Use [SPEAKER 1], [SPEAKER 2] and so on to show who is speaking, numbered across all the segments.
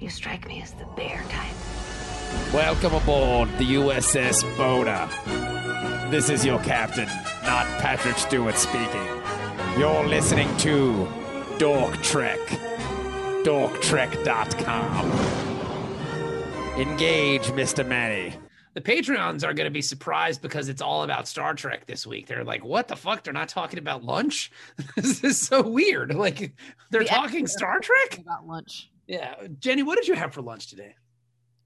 [SPEAKER 1] You strike me as the bear type.
[SPEAKER 2] Welcome aboard the USS Boda. This is your captain, not Patrick Stewart speaking. You're listening to Dork Trek. DorkTrek.com. Engage, Mr. Manny.
[SPEAKER 3] The Patreons are going to be surprised because it's all about Star Trek this week. They're like, what the fuck? They're not talking about lunch? this is so weird. Like, they're
[SPEAKER 4] The
[SPEAKER 3] talking Star Trek?
[SPEAKER 4] I got lunch.
[SPEAKER 3] Yeah. Jenny, what did you have for lunch today?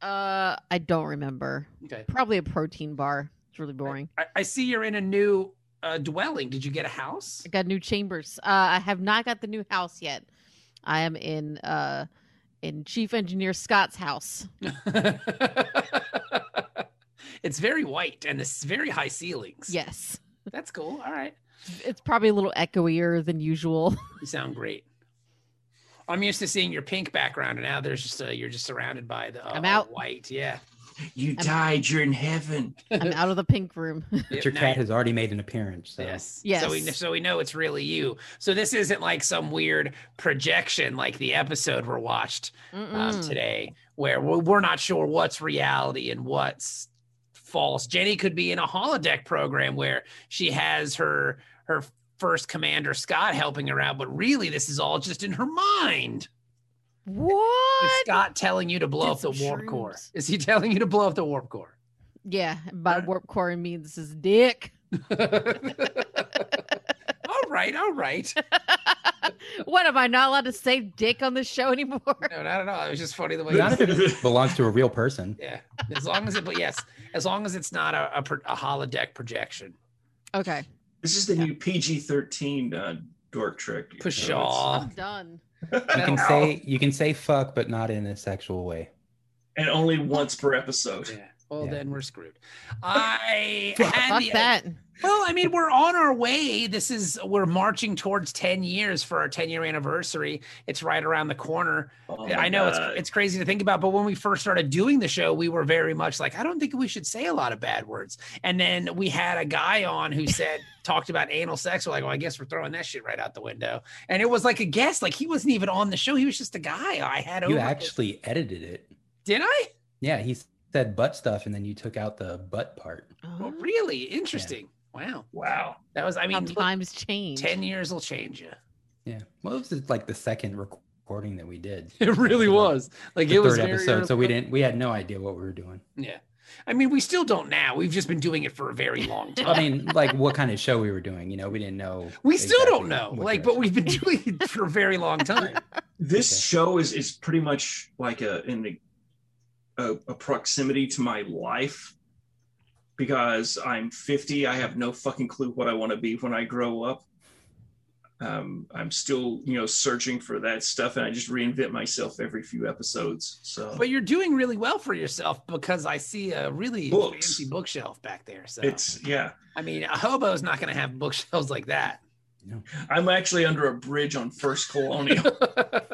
[SPEAKER 4] Uh, I don't remember.
[SPEAKER 3] Okay.
[SPEAKER 4] Probably a protein bar. It's really boring.
[SPEAKER 3] I, I see you're in a new uh, dwelling. Did you get a house?
[SPEAKER 4] I got new chambers. Uh, I have not got the new house yet. I am in uh in Chief Engineer Scott's house.
[SPEAKER 3] it's very white and it's very high ceilings.
[SPEAKER 4] Yes,
[SPEAKER 3] That's cool. All right.
[SPEAKER 4] it's probably a little echoier than usual.
[SPEAKER 3] You sound great. I'm used to seeing your pink background, and now there's just uh, you're just surrounded by the uh,
[SPEAKER 4] I'm out.
[SPEAKER 3] white. Yeah,
[SPEAKER 5] You
[SPEAKER 4] I'm-
[SPEAKER 5] died. You're in heaven.
[SPEAKER 4] I'm out of the pink room.
[SPEAKER 3] Yeah,
[SPEAKER 6] But your
[SPEAKER 3] now
[SPEAKER 6] cat
[SPEAKER 3] you-
[SPEAKER 6] has already made an appearance. So.
[SPEAKER 3] Yes.
[SPEAKER 4] Yes.
[SPEAKER 3] So we so we know it's really you. So this isn't like some weird projection like the episode we're watched um,
[SPEAKER 4] Mm-mm.
[SPEAKER 3] today, where we're, we're not sure what's reality and what's false. Jenny could be in a holodeck program where she has her her first commander Scott helping her out, but really this is all just in her mind. Is
[SPEAKER 4] What?
[SPEAKER 3] Scott telling you to blow
[SPEAKER 4] Did
[SPEAKER 3] up the
[SPEAKER 4] some
[SPEAKER 3] warp core?
[SPEAKER 4] shrooms.
[SPEAKER 3] Is he telling you to blow up the warp core?
[SPEAKER 4] Yeah,
[SPEAKER 3] Uh,
[SPEAKER 4] by warp core I mean this is dick.
[SPEAKER 3] all right, all right.
[SPEAKER 4] what am I not allowed to say dick on this show anymore?
[SPEAKER 3] No, not at all. It was just funny the way.
[SPEAKER 6] Not if it belongs to a real person.
[SPEAKER 3] Yeah, as long as it, but yes, as long as it's not a, a, pro- a holodeck projection.
[SPEAKER 4] Okay,
[SPEAKER 5] This is the new PG-13 uh, dork trick. you know, it's-
[SPEAKER 3] Pshaw.
[SPEAKER 4] I'm done.
[SPEAKER 6] You can say you can say fuck, but not in a sexual way.
[SPEAKER 5] and only once per episode.
[SPEAKER 3] Yeah. Well,
[SPEAKER 6] Yeah.
[SPEAKER 3] then we're screwed. I had
[SPEAKER 4] Fuck
[SPEAKER 3] the-
[SPEAKER 4] that.
[SPEAKER 3] Well, I mean, we're on our way. This is we're marching towards ten years for our ten year anniversary. It's right around the corner.
[SPEAKER 5] Oh my
[SPEAKER 3] I know
[SPEAKER 5] God.
[SPEAKER 3] it's it's crazy to think about, but when we first started doing the show, we were very much like, I don't think we should say a lot of bad words. And then we had a guy on who said talked about anal sex. We're like, well, I guess we're throwing that shit right out the window. And it was like a guest, like he wasn't even on the show. He was just a guy I had over.
[SPEAKER 6] You actually edited it.
[SPEAKER 3] Did I?
[SPEAKER 6] Yeah, he said butt stuff, and then you took out the butt part.
[SPEAKER 3] Well,
[SPEAKER 4] Oh,
[SPEAKER 3] really interesting. Wow,
[SPEAKER 5] wow.
[SPEAKER 3] that was. I
[SPEAKER 4] how
[SPEAKER 3] mean, look,
[SPEAKER 4] times change.
[SPEAKER 3] ten years will change you.
[SPEAKER 6] Yeah, well, it was like the second rec- recording that we did.
[SPEAKER 3] It really
[SPEAKER 6] The
[SPEAKER 3] was. Like it
[SPEAKER 6] third
[SPEAKER 3] was very
[SPEAKER 6] episode, so we
[SPEAKER 3] early-
[SPEAKER 6] didn't. We had no idea what we were doing.
[SPEAKER 3] Yeah. I mean, we still don't now. We've just been doing it for a very long time.
[SPEAKER 6] I mean, like what kind of show we were doing. You know, we didn't know.
[SPEAKER 3] we still don't
[SPEAKER 6] exactly
[SPEAKER 3] know.
[SPEAKER 6] what
[SPEAKER 3] Like, but
[SPEAKER 6] direction.
[SPEAKER 3] we've been doing it for a very long time.
[SPEAKER 5] This
[SPEAKER 6] Okay.
[SPEAKER 5] show is is pretty much like a in the a, a proximity to my life because I'm 50. I have no fucking clue what I want to be when I grow up. Um, I'm still, you know, searching for that stuff, and I just reinvent myself every few episodes. So
[SPEAKER 3] But you're doing really well for yourself because I see a really
[SPEAKER 5] Books.
[SPEAKER 3] fancy bookshelf back there. So
[SPEAKER 5] it's yeah.
[SPEAKER 3] I mean, a hobo's not going to have bookshelves like that.
[SPEAKER 5] I'm actually under a bridge on First Colonial.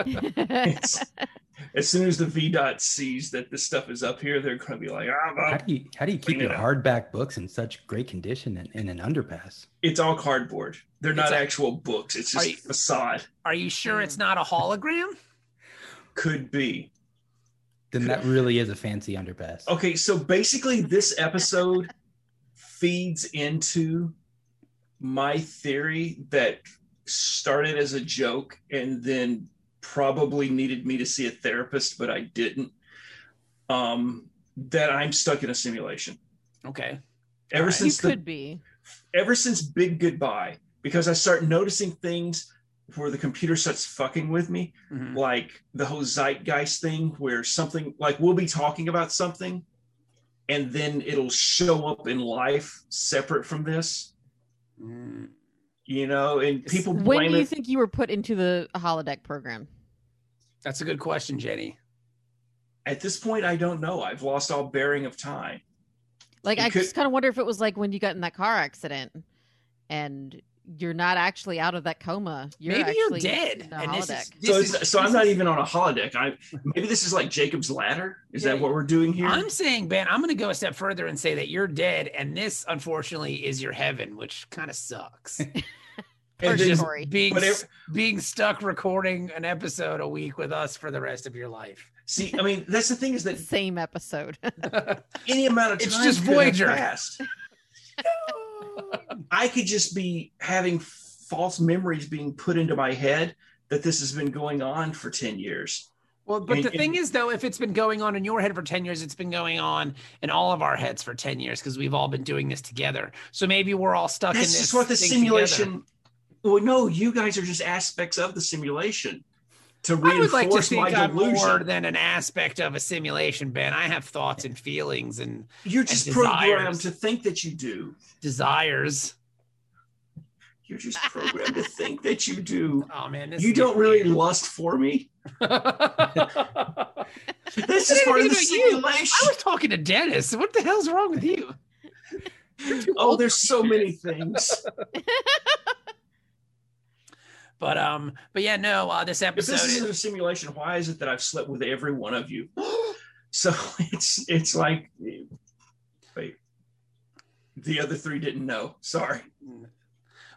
[SPEAKER 5] It's- as soon as the VDOT sees that this stuff is up here, they're going to be like, ah,
[SPEAKER 6] How
[SPEAKER 5] ah."
[SPEAKER 6] do you how do you keep
[SPEAKER 5] Clean it
[SPEAKER 6] your
[SPEAKER 5] up.
[SPEAKER 6] hardback books in such great condition in, in an underpass?
[SPEAKER 5] it's all cardboard. They're
[SPEAKER 3] It's
[SPEAKER 5] not
[SPEAKER 3] a-
[SPEAKER 5] actual books. It's
[SPEAKER 3] Are you-
[SPEAKER 5] just facade.
[SPEAKER 3] Are you sure it's not a hologram?
[SPEAKER 5] Could be.
[SPEAKER 6] Then that really is a fancy underpass.
[SPEAKER 3] Oh,
[SPEAKER 5] Okay, so basically, this episode feeds into my theory that started as a joke and then probably needed me to see a therapist, but I didn't. Um, that I'm stuck in a simulation
[SPEAKER 3] Okay.
[SPEAKER 5] ever
[SPEAKER 3] Alright.
[SPEAKER 4] you
[SPEAKER 5] since the
[SPEAKER 4] could be.
[SPEAKER 5] ever since Big Goodbye because I start noticing things where the computer starts fucking with me
[SPEAKER 3] Mhm.
[SPEAKER 5] like the whole zeitgeist thing where something like we'll be talking about something and then it'll show up in life separate from this
[SPEAKER 3] Mm.
[SPEAKER 5] you know and people
[SPEAKER 4] When
[SPEAKER 5] blame
[SPEAKER 4] do you
[SPEAKER 5] it
[SPEAKER 4] think you were put into the holodeck program?
[SPEAKER 3] That's a good question, Jenny.
[SPEAKER 5] at this point i don't know i've lost all bearing of time
[SPEAKER 4] Like,
[SPEAKER 5] It
[SPEAKER 4] I
[SPEAKER 5] could-
[SPEAKER 4] just kind of wonder if it was like when you got in that car accident and you're not actually out of that coma. You're
[SPEAKER 3] Maybe you're
[SPEAKER 4] actually
[SPEAKER 3] dead.
[SPEAKER 4] in the
[SPEAKER 3] and this is-
[SPEAKER 4] holodeck.
[SPEAKER 3] this
[SPEAKER 5] so,
[SPEAKER 3] is-
[SPEAKER 5] it's, so i'm
[SPEAKER 3] this
[SPEAKER 5] not
[SPEAKER 3] is-
[SPEAKER 5] even on a holodeck i maybe this is like jacob's ladder is
[SPEAKER 3] Yeah,
[SPEAKER 5] that what we're doing here
[SPEAKER 3] I'm saying, Ben, I'm going to go a step further and say that you're dead, and this, unfortunately, is your heaven, which kind of sucks.
[SPEAKER 5] And then-
[SPEAKER 4] Purgatory.
[SPEAKER 3] being
[SPEAKER 5] But
[SPEAKER 3] s- being stuck recording an episode a week with us for the rest of your life.
[SPEAKER 5] See, I mean, that's the thing is that
[SPEAKER 4] Same episode.
[SPEAKER 5] any amount of time
[SPEAKER 3] It's just
[SPEAKER 5] could have
[SPEAKER 3] Voyager.
[SPEAKER 5] passed. I could just be having false memories being put into my head that this has been going on for 10 years.
[SPEAKER 3] Well, but
[SPEAKER 5] And-
[SPEAKER 3] the thing
[SPEAKER 5] and-
[SPEAKER 3] is, though, if it's been going on in your head for 10 years, it's been going on in all of our heads for 10 years because we've all been doing this together. So maybe we're all stuck in
[SPEAKER 5] That's
[SPEAKER 3] this.
[SPEAKER 5] just what the
[SPEAKER 3] thing
[SPEAKER 5] simulation.
[SPEAKER 3] together.
[SPEAKER 5] Well, no, you guys are just aspects of the simulation to
[SPEAKER 3] I would
[SPEAKER 5] reinforce
[SPEAKER 3] like to
[SPEAKER 5] my
[SPEAKER 3] think I'm
[SPEAKER 5] delusion.
[SPEAKER 3] more than an aspect of a simulation, Ben. I have thoughts and feelings and
[SPEAKER 5] You're just
[SPEAKER 3] and
[SPEAKER 5] programmed
[SPEAKER 3] desires.
[SPEAKER 5] to think that you do.
[SPEAKER 3] desires.
[SPEAKER 5] You're just programmed to think that you do.
[SPEAKER 3] Oh, man. This
[SPEAKER 5] You
[SPEAKER 3] is
[SPEAKER 5] don't really
[SPEAKER 3] weird.
[SPEAKER 5] lust for me.
[SPEAKER 3] I
[SPEAKER 5] That's just part of the
[SPEAKER 3] You don't-
[SPEAKER 5] simulation.
[SPEAKER 3] was talking to Dennis. What the hell's wrong with you?
[SPEAKER 5] Oh, there's so many things.
[SPEAKER 3] But um, but yeah, no. Uh, this
[SPEAKER 5] if
[SPEAKER 3] episode
[SPEAKER 5] this
[SPEAKER 3] is
[SPEAKER 5] isn't a simulation, why is it that I've slept with every one of you? so it's it's like wait. The other three didn't know. Sorry.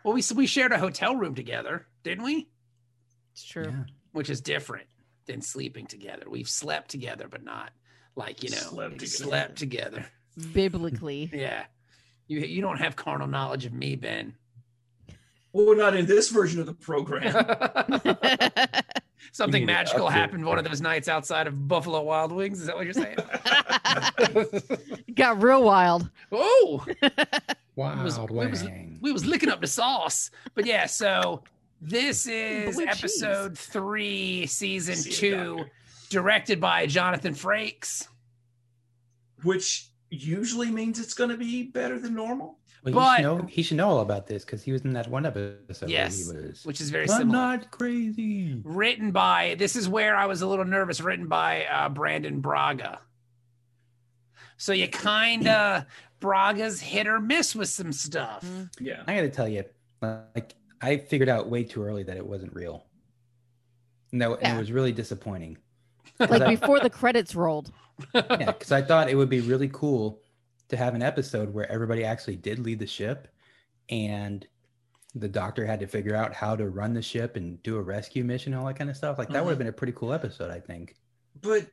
[SPEAKER 3] well, we we shared a hotel room together, didn't we?
[SPEAKER 4] it's true.
[SPEAKER 6] Yeah.
[SPEAKER 3] Which is different than sleeping together. We've slept together, but not like you know
[SPEAKER 5] Slept
[SPEAKER 3] we
[SPEAKER 5] together.
[SPEAKER 3] slept together.
[SPEAKER 4] Biblically.
[SPEAKER 3] Yeah, you you don't have carnal knowledge of me, Ben.
[SPEAKER 5] Well, we're not in this version of the program.
[SPEAKER 3] Something
[SPEAKER 6] need to
[SPEAKER 3] magical
[SPEAKER 6] update
[SPEAKER 3] happened one of those nights outside of Buffalo Wild Wings. Is that what you're saying?
[SPEAKER 4] Got real wild.
[SPEAKER 3] oh.
[SPEAKER 6] Wild
[SPEAKER 3] was- it was-
[SPEAKER 6] Wang.
[SPEAKER 3] we was licking up the sauce. But yeah, so this is
[SPEAKER 4] Blue cheese.
[SPEAKER 3] episode three, season
[SPEAKER 5] See ya,
[SPEAKER 3] two,
[SPEAKER 5] doctor.
[SPEAKER 3] directed by Jonathan Frakes.
[SPEAKER 5] Which usually means it's gonna be better than normal.
[SPEAKER 6] Well,
[SPEAKER 3] but-
[SPEAKER 6] he, should know, he should know all about this because he was in that one episode.
[SPEAKER 3] Yes,
[SPEAKER 6] where he was.
[SPEAKER 3] which is very
[SPEAKER 6] I'm
[SPEAKER 3] similar.
[SPEAKER 6] not crazy.
[SPEAKER 3] Written by this is where I was a little nervous. Written by uh, Brandon Braga. So you kind of Braga's hit or miss with some stuff.
[SPEAKER 4] Mhm.
[SPEAKER 5] Yeah.
[SPEAKER 6] I got to tell you, like I figured out way too early that it wasn't real. No, and
[SPEAKER 4] Yeah.
[SPEAKER 6] it was really disappointing.
[SPEAKER 4] Like before the credits rolled.
[SPEAKER 6] yeah, because I thought it would be really cool to have an episode where everybody actually did lead the ship, and the doctor had to figure out how to run the ship and do a rescue mission, all that kind of stuff. Like that would
[SPEAKER 4] Mm-hmm.
[SPEAKER 6] have been a pretty cool episode, I think.
[SPEAKER 5] But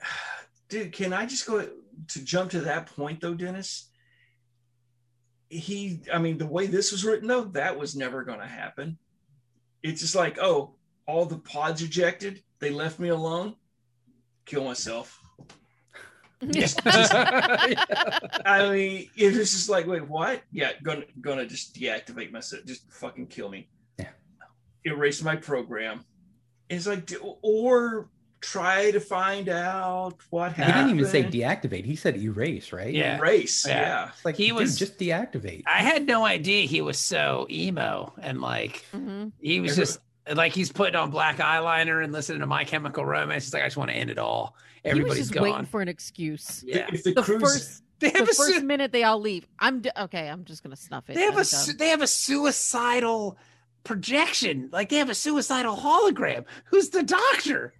[SPEAKER 5] dude, can I just go to jump to that point though, Dennis? He, I mean, the way this was written though, that was never going to happen. It's just like, oh, all the pods ejected. They left me alone. Kill myself. I mean, it was just like, wait, what? Yeah, gonna gonna just deactivate myself. Just fucking kill me.
[SPEAKER 6] Yeah.
[SPEAKER 5] Erase my program. It's like, d- or try to find out what
[SPEAKER 6] He
[SPEAKER 5] happened.
[SPEAKER 6] didn't even say deactivate; he said erase, right?
[SPEAKER 3] Yeah.
[SPEAKER 5] Race,
[SPEAKER 3] Yeah.
[SPEAKER 5] yeah.
[SPEAKER 6] It's like
[SPEAKER 3] He
[SPEAKER 6] he was
[SPEAKER 3] was-
[SPEAKER 6] just deactivate.
[SPEAKER 3] I had no idea he was so emo and like
[SPEAKER 4] Mhm.
[SPEAKER 3] He was
[SPEAKER 5] Every-
[SPEAKER 3] just like he's putting on black eyeliner and listening to My Chemical Romance. He's like, I just want to end it all.
[SPEAKER 4] He was
[SPEAKER 3] Everybody's
[SPEAKER 4] just
[SPEAKER 3] gone.
[SPEAKER 4] waiting for an excuse.
[SPEAKER 3] yeah,
[SPEAKER 5] If the,
[SPEAKER 4] The
[SPEAKER 5] cruise,
[SPEAKER 4] first,
[SPEAKER 3] they
[SPEAKER 4] the
[SPEAKER 3] have a su-
[SPEAKER 4] first minute they all leave. I'm d- okay. I'm just gonna snuff it.
[SPEAKER 3] they have
[SPEAKER 4] I'm
[SPEAKER 3] a su-
[SPEAKER 4] done.
[SPEAKER 3] they have a suicidal projection. Like they have a suicidal hologram. Who's the doctor?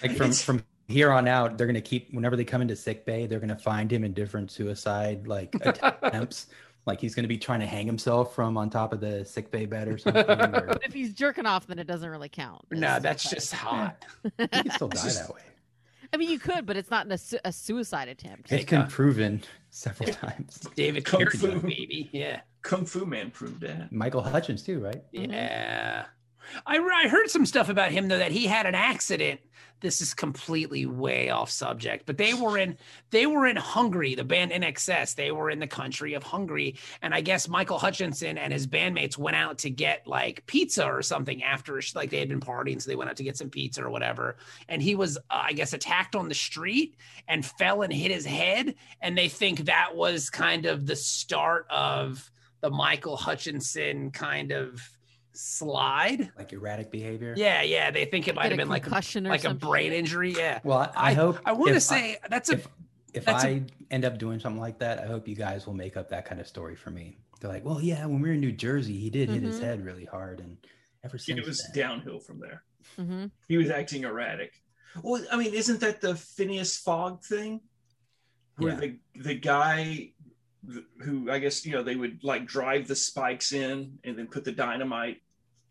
[SPEAKER 6] Like from
[SPEAKER 5] It's-
[SPEAKER 6] from here on out, they're gonna keep whenever they come into sick bay, they're gonna find him in different suicide like attempts. like he's gonna be trying to hang himself from on top of the sick bay bed or something. or-
[SPEAKER 4] But if he's jerking off, then it doesn't really count.
[SPEAKER 3] No,
[SPEAKER 4] It's
[SPEAKER 3] that's
[SPEAKER 4] fine.
[SPEAKER 3] just hot.
[SPEAKER 6] he can still die
[SPEAKER 5] It's just-
[SPEAKER 6] that way.
[SPEAKER 4] I mean, you could, but it's not a, su- a suicide attempt.
[SPEAKER 6] It's been proven several times.
[SPEAKER 3] David
[SPEAKER 5] Kung
[SPEAKER 3] Kung
[SPEAKER 5] Fu.
[SPEAKER 3] baby. Yeah,
[SPEAKER 5] Kung Fu Man proved that.
[SPEAKER 6] Michael Hutchins too, right?
[SPEAKER 4] Mhm.
[SPEAKER 3] yeah. I, re- I heard some stuff about him though that he had an accident. This is completely way off subject, but they were in they were in Hungary, the band NXS. They were in the country of Hungary. And I guess Michael Hutchinson and his bandmates went out to get like pizza or something after, like they had been partying. So they went out to get some pizza or whatever. And he was, uh, I guess, attacked on the street and fell and hit his head. And they think that was kind of the start of the Michael Hutchinson kind of slide.
[SPEAKER 6] Like erratic behavior.
[SPEAKER 3] Yeah, yeah. They think it might
[SPEAKER 4] Get
[SPEAKER 3] have
[SPEAKER 4] a
[SPEAKER 3] been like a,
[SPEAKER 4] concussion or
[SPEAKER 3] like a
[SPEAKER 4] something.
[SPEAKER 3] brain injury. Yeah.
[SPEAKER 6] Well, I, I hope
[SPEAKER 3] I want to
[SPEAKER 6] if
[SPEAKER 3] say that's a
[SPEAKER 6] if, if
[SPEAKER 3] that's a-
[SPEAKER 6] I end up doing something like that, I hope you guys will make up that kind of story for me. They're like, well, yeah, when we were in New Jersey, he did hit
[SPEAKER 3] Mm-hmm.
[SPEAKER 6] his
[SPEAKER 4] Mhm.
[SPEAKER 6] head really hard, and ever since
[SPEAKER 5] It was
[SPEAKER 6] then-
[SPEAKER 5] downhill from there.
[SPEAKER 4] hmm
[SPEAKER 5] He was acting erratic. Well, I mean, isn't that the Phineas Fogg thing? Where
[SPEAKER 6] Yeah.
[SPEAKER 5] the the guy th- who I guess you know they would like drive the spikes in and then put the dynamite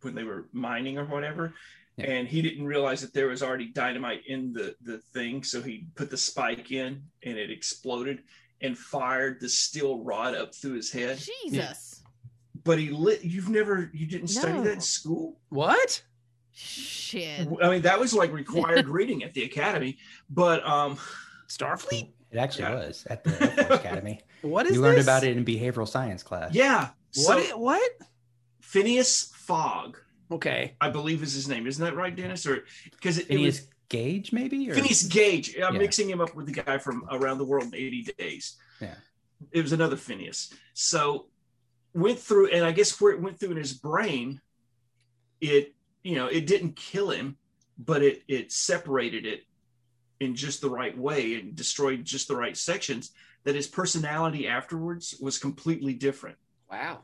[SPEAKER 5] when they were mining or whatever,
[SPEAKER 6] Yeah.
[SPEAKER 5] and he didn't realize that there was already dynamite in the the thing so he put the spike in and it exploded and fired the steel rod up through his head
[SPEAKER 4] Jesus.
[SPEAKER 5] but he lit you've never you didn't study that
[SPEAKER 4] No.
[SPEAKER 5] in school
[SPEAKER 3] What?
[SPEAKER 4] Shit.
[SPEAKER 5] i mean that was like required reading at the academy but um
[SPEAKER 3] Starfleet?
[SPEAKER 6] It actually
[SPEAKER 5] Yeah.
[SPEAKER 6] was at the Air Force Academy.
[SPEAKER 3] What is
[SPEAKER 6] you learned
[SPEAKER 3] this?
[SPEAKER 6] about it in behavioral science class.
[SPEAKER 5] yeah so
[SPEAKER 3] What? i- what?
[SPEAKER 5] phineas fogg
[SPEAKER 3] Okay.
[SPEAKER 5] i believe is his name isn't that right dennis or because it, it was
[SPEAKER 6] Phineas Gage, maybe? Or
[SPEAKER 5] Phineas Gage. I'm
[SPEAKER 6] Yeah.
[SPEAKER 5] mixing him up with the guy from Around the World in 80 Days.
[SPEAKER 6] Yeah.
[SPEAKER 5] It was another Phineas. So went through, and I guess where it went through in his brain, it you know it didn't kill him, but it it separated it in just the right way and destroyed just the right sections. That his personality afterwards was completely different.
[SPEAKER 3] Wow.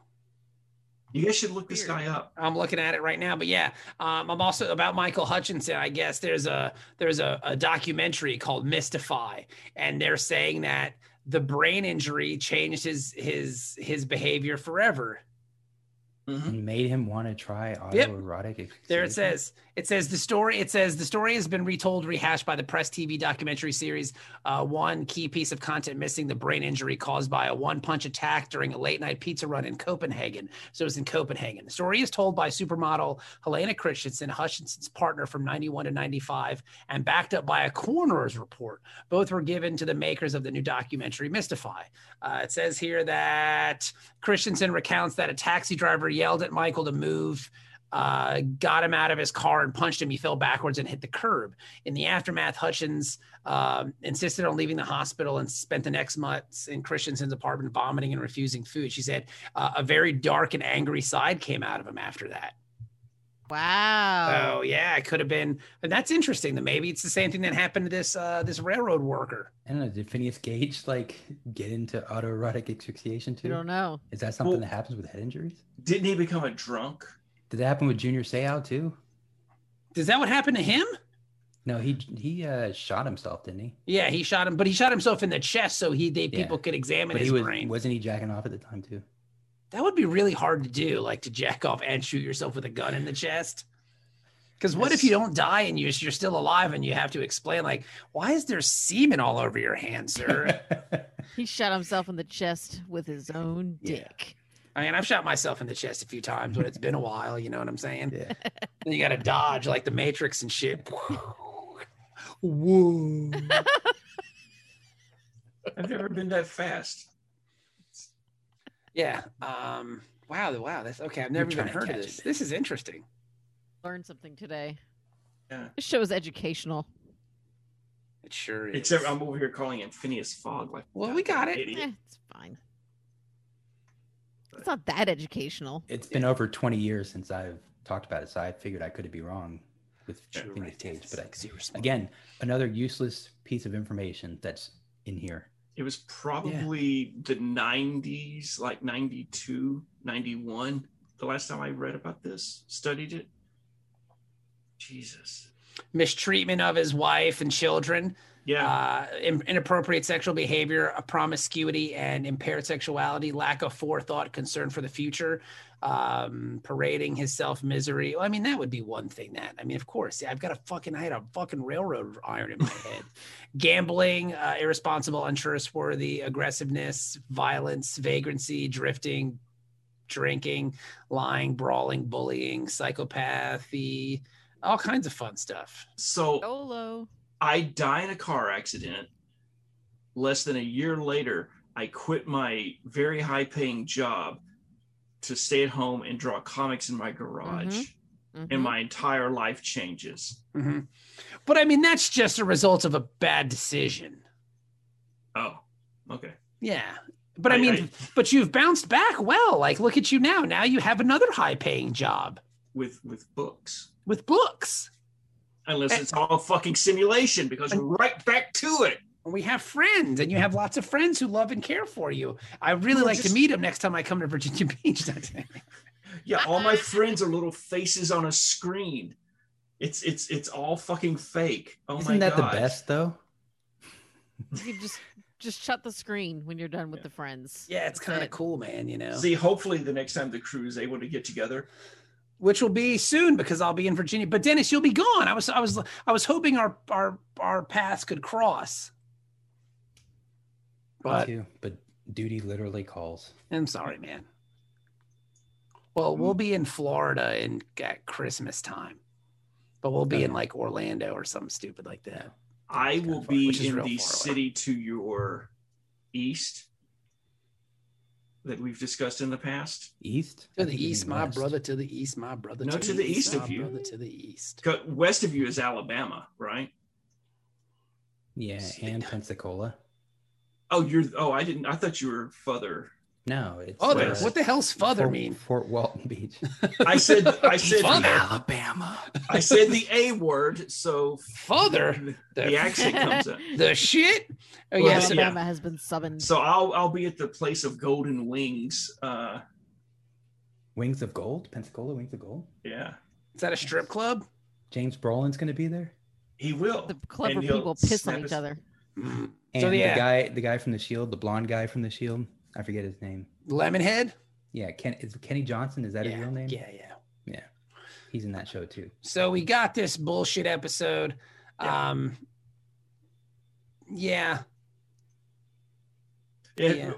[SPEAKER 5] You guys should look this
[SPEAKER 3] Weird.
[SPEAKER 5] guy up.
[SPEAKER 3] I'm looking at it right now, but yeah, um, I'm also about Michael Hutchinson. I guess there's a there's a, a documentary called Mystify, and they're saying that the brain injury changed his his his behavior forever.
[SPEAKER 6] And made him want to try
[SPEAKER 3] Yep.
[SPEAKER 6] autoerotic. Yep.
[SPEAKER 3] There it says. It says the story. It says the story has been retold, rehashed by the press TV documentary series. Uh, one key piece of content missing: the brain injury caused by a one-punch attack during a late-night pizza run in Copenhagen. So it's in Copenhagen. The story is told by supermodel Helena Christensen, Hutchinson's partner from '91 to '95, and backed up by a coroner's report. Both were given to the makers of the new documentary Mystify. Uh, it says here that Christensen recounts that a taxi driver yelled at Michael to move uh, got him out of his car and punched him. He fell backwards and hit the curb. In the aftermath, Hutchins um, insisted on leaving the hospital and spent the next months in Christensen's apartment vomiting and refusing food. She said uh, a very dark and angry side came out of him after that.
[SPEAKER 4] Wow.
[SPEAKER 3] Oh, yeah, it could have been. And that's interesting. That maybe it's the same thing that happened to this uh, this railroad worker.
[SPEAKER 6] I don't know. Did Phineas Gage like get into autoerotic asphyxiation
[SPEAKER 4] You
[SPEAKER 6] too?
[SPEAKER 4] don't know.
[SPEAKER 6] Is that something
[SPEAKER 5] Well-
[SPEAKER 6] that happens with head injuries?
[SPEAKER 5] Didn't he become a drunk?
[SPEAKER 6] Did that happen with Junior Seau too?
[SPEAKER 3] Is that what happened to him?
[SPEAKER 6] No, he he uh, shot himself, didn't he?
[SPEAKER 3] Yeah, he shot him, but he shot himself in the chest so he they
[SPEAKER 6] Yeah.
[SPEAKER 3] people could examine
[SPEAKER 6] But
[SPEAKER 3] his
[SPEAKER 6] he was
[SPEAKER 3] brain.
[SPEAKER 6] wasn't he jacking off at the time too?
[SPEAKER 3] That would be really hard to do, like to jack off and shoot yourself with a gun in the chest. Because what if you don't die and you, you're still alive and you have to explain, like, why is there semen all over your hands, sir?
[SPEAKER 4] He shot himself in the chest with his own
[SPEAKER 6] Yeah.
[SPEAKER 4] dick.
[SPEAKER 3] I mean, I've shot myself in the chest a few times, but it's been a while. You know what I'm saying?
[SPEAKER 6] yeah.
[SPEAKER 3] Then you got to dodge like the Matrix and shit. Whoa.
[SPEAKER 5] I've never been that fast.
[SPEAKER 3] Yeah. Um, wow. Wow. That's okay. I've never even
[SPEAKER 6] trying to
[SPEAKER 3] heard of
[SPEAKER 6] catch
[SPEAKER 3] this.
[SPEAKER 6] it.
[SPEAKER 3] This is interesting.
[SPEAKER 4] Learned something today.
[SPEAKER 5] Yeah.
[SPEAKER 4] This show is educational.
[SPEAKER 3] It sure is.
[SPEAKER 5] Except
[SPEAKER 6] um,
[SPEAKER 5] I'm over here calling him Phineas Fogg. Like,
[SPEAKER 3] Well, we got it.
[SPEAKER 5] idiot.
[SPEAKER 4] Eh, it's fine. It's not that educational.
[SPEAKER 6] It's been over 20 years since I've talked about it, so I figured I could be wrong with
[SPEAKER 3] You're
[SPEAKER 6] Phineas
[SPEAKER 3] right,
[SPEAKER 6] Gage.
[SPEAKER 3] Dennis.
[SPEAKER 6] But I,
[SPEAKER 3] Like, seriously.
[SPEAKER 6] again, another useless piece of information that's in here.
[SPEAKER 5] It was probably the 90s, like 92, 91, the last time I read about this, studied it. Jesus.
[SPEAKER 3] mistreatment of his wife and children,
[SPEAKER 5] Yeah.
[SPEAKER 3] uh, in- inappropriate sexual behavior, a promiscuity and impaired sexuality, lack of forethought, concern for the future, um, parading his self misery. Well, I mean, that would be one thing. That I mean, of course, I've got a fucking I had a fucking railroad iron in my head. Gambling, uh, irresponsible, untrustworthy, aggressiveness, violence, vagrancy, drifting, drinking, lying, brawling, bullying, psychopathy, all kinds of fun stuff.
[SPEAKER 5] so
[SPEAKER 4] Solo.
[SPEAKER 5] I die in a car accident. Less than a year later, I quit my very high paying job to stay at home and draw comics in my garage,
[SPEAKER 3] Mm-hmm.
[SPEAKER 4] Mhm.
[SPEAKER 5] and my entire life changes.
[SPEAKER 3] hmm But I mean, that's just a result of a bad decision.
[SPEAKER 5] Oh, okay.
[SPEAKER 3] Yeah. But I,
[SPEAKER 5] I-
[SPEAKER 3] mean,
[SPEAKER 5] I-
[SPEAKER 3] but you've bounced back well. Like, look at you now. Now you have another high paying job
[SPEAKER 5] With with books.
[SPEAKER 3] with books.
[SPEAKER 5] unless it's all fucking simulation because we're right back to it.
[SPEAKER 3] And we have friends, and you have lots of friends who love and care for you. I really
[SPEAKER 5] Well,
[SPEAKER 3] like to
[SPEAKER 5] just-
[SPEAKER 3] meet him next time I come to Virginia Beach.
[SPEAKER 5] Yeah, all my friends are little faces on a screen. It's it's it's all fucking fake. Oh my
[SPEAKER 6] Isn't that
[SPEAKER 5] god.
[SPEAKER 6] the best though?
[SPEAKER 4] You can just just shut the screen when you're done with the friends.
[SPEAKER 3] yeah, it's
[SPEAKER 4] That's
[SPEAKER 3] kind of
[SPEAKER 4] it.
[SPEAKER 3] cool, man. You know.
[SPEAKER 5] See, hopefully the next time the crew is able to get together,
[SPEAKER 3] which will be soon because I'll be in Virginia. But Dennis, you'll be gone. I was I was I was hoping our our our paths could cross. But
[SPEAKER 6] too, but duty literally calls.
[SPEAKER 3] I'm sorry, man. Well,
[SPEAKER 5] Hmm.
[SPEAKER 3] we'll be in Florida in at Christmas time, but we'll be in like Orlando or something stupid like that.
[SPEAKER 5] I
[SPEAKER 3] It's kinda
[SPEAKER 5] will
[SPEAKER 3] far-
[SPEAKER 5] be
[SPEAKER 3] which is
[SPEAKER 5] in
[SPEAKER 3] real
[SPEAKER 5] the
[SPEAKER 3] far away.
[SPEAKER 5] city to your east that we've discussed in the past.
[SPEAKER 6] East
[SPEAKER 3] To
[SPEAKER 6] I
[SPEAKER 3] the
[SPEAKER 6] think you mean
[SPEAKER 3] east, my
[SPEAKER 6] west.
[SPEAKER 3] brother. To the east, my brother.
[SPEAKER 5] No, to the east
[SPEAKER 3] my
[SPEAKER 5] of you.
[SPEAKER 3] Brother, to the east.
[SPEAKER 5] Co- West of you is Alabama, right?
[SPEAKER 6] Yeah,
[SPEAKER 5] Sweet.
[SPEAKER 6] and Pensacola.
[SPEAKER 5] Oh, you're. Oh, I didn't. I thought you were further.
[SPEAKER 6] No, it's
[SPEAKER 3] Father,
[SPEAKER 5] West.
[SPEAKER 3] what the hell's father
[SPEAKER 6] Fort,
[SPEAKER 3] mean?
[SPEAKER 6] Fort Walton Beach.
[SPEAKER 5] I said. I said.
[SPEAKER 3] Alabama.
[SPEAKER 5] I said the A word. So
[SPEAKER 3] Father,
[SPEAKER 5] the accent comes in.
[SPEAKER 3] the shit. Oh
[SPEAKER 5] Well,
[SPEAKER 3] yes,
[SPEAKER 5] yeah.
[SPEAKER 4] Alabama has been summoned.
[SPEAKER 5] So I'll I'll be at the place of golden wings. Uh,
[SPEAKER 6] Wings of Gold, Pensacola, Wings of Gold.
[SPEAKER 5] yeah,
[SPEAKER 3] is that a strip club?
[SPEAKER 6] James Brolin's going to be there,
[SPEAKER 5] he will.
[SPEAKER 4] the clever
[SPEAKER 5] And he'll
[SPEAKER 4] people piss on
[SPEAKER 5] snap
[SPEAKER 4] each
[SPEAKER 5] his-
[SPEAKER 4] other.
[SPEAKER 6] and
[SPEAKER 3] So, yeah.
[SPEAKER 6] the guy, the guy from the Shield, the blonde guy from the Shield. I forget his name.
[SPEAKER 3] Lemonhead.
[SPEAKER 6] Yeah, Ken is it Kenny Johnson. Is that
[SPEAKER 3] Yeah,
[SPEAKER 6] his real name?
[SPEAKER 3] Yeah, yeah.
[SPEAKER 6] he's in that show too.
[SPEAKER 3] So we got this bullshit episode.
[SPEAKER 5] Yeah.
[SPEAKER 3] Um Yeah.
[SPEAKER 5] It-
[SPEAKER 3] Yeah.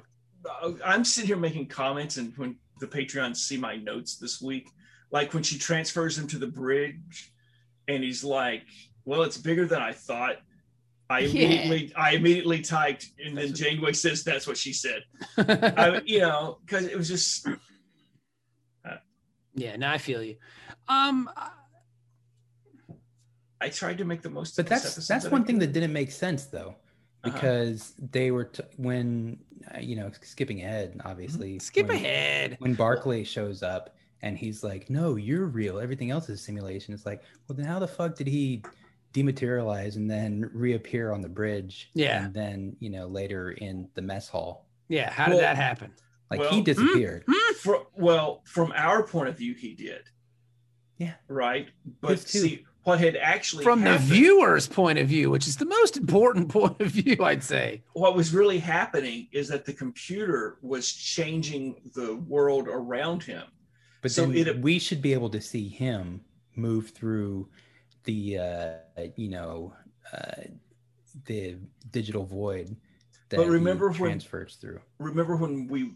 [SPEAKER 5] uh, I'm sitting here making comments, and when the Patreons see my notes this week, like when she transfers him to the bridge, and he's like, "Well, it's bigger than I thought." I
[SPEAKER 4] Yeah.
[SPEAKER 5] immediately, I immediately typed, and then
[SPEAKER 3] That's
[SPEAKER 5] Janeway says, "That's what she said." I, you know, because it was just
[SPEAKER 3] yeah, no, I feel you. Um uh,
[SPEAKER 5] I tried to make the most.
[SPEAKER 6] But
[SPEAKER 5] of this
[SPEAKER 6] that's
[SPEAKER 5] episode
[SPEAKER 6] that's
[SPEAKER 5] I
[SPEAKER 6] one thing
[SPEAKER 5] could.
[SPEAKER 6] that didn't make sense though,
[SPEAKER 5] Uh-huh.
[SPEAKER 6] because they were t- when uh, you know skipping ahead, obviously.
[SPEAKER 3] Mm-hmm. skip
[SPEAKER 6] when-
[SPEAKER 3] ahead.
[SPEAKER 6] When Barclay shows up and he's like, "No, you're real. Everything else is simulation." It's like, well, then how the fuck did he dematerialize and then reappear on the bridge?
[SPEAKER 3] Yeah.
[SPEAKER 6] and then you know later in the mess hall,
[SPEAKER 3] Yeah, how did
[SPEAKER 5] Well-
[SPEAKER 3] that happen? Hmm?
[SPEAKER 6] like
[SPEAKER 5] Well-
[SPEAKER 6] he
[SPEAKER 3] mm-hmm.
[SPEAKER 5] Mm.
[SPEAKER 6] disappeared.
[SPEAKER 5] Fro- well, from our point of view, he did.
[SPEAKER 6] Yeah.
[SPEAKER 5] Right. But
[SPEAKER 6] His too.
[SPEAKER 5] see, what had actually
[SPEAKER 3] From the
[SPEAKER 5] happened-
[SPEAKER 3] viewer's point of view, which is the most important point of view, I'd say.
[SPEAKER 5] what was really happening is that the computer was changing the world around him.
[SPEAKER 6] But
[SPEAKER 5] So
[SPEAKER 6] then
[SPEAKER 5] it-
[SPEAKER 6] we should be able to see him move through the uh, you know uh, the digital void that he
[SPEAKER 5] remember when-
[SPEAKER 6] transfers through.
[SPEAKER 5] Remember when we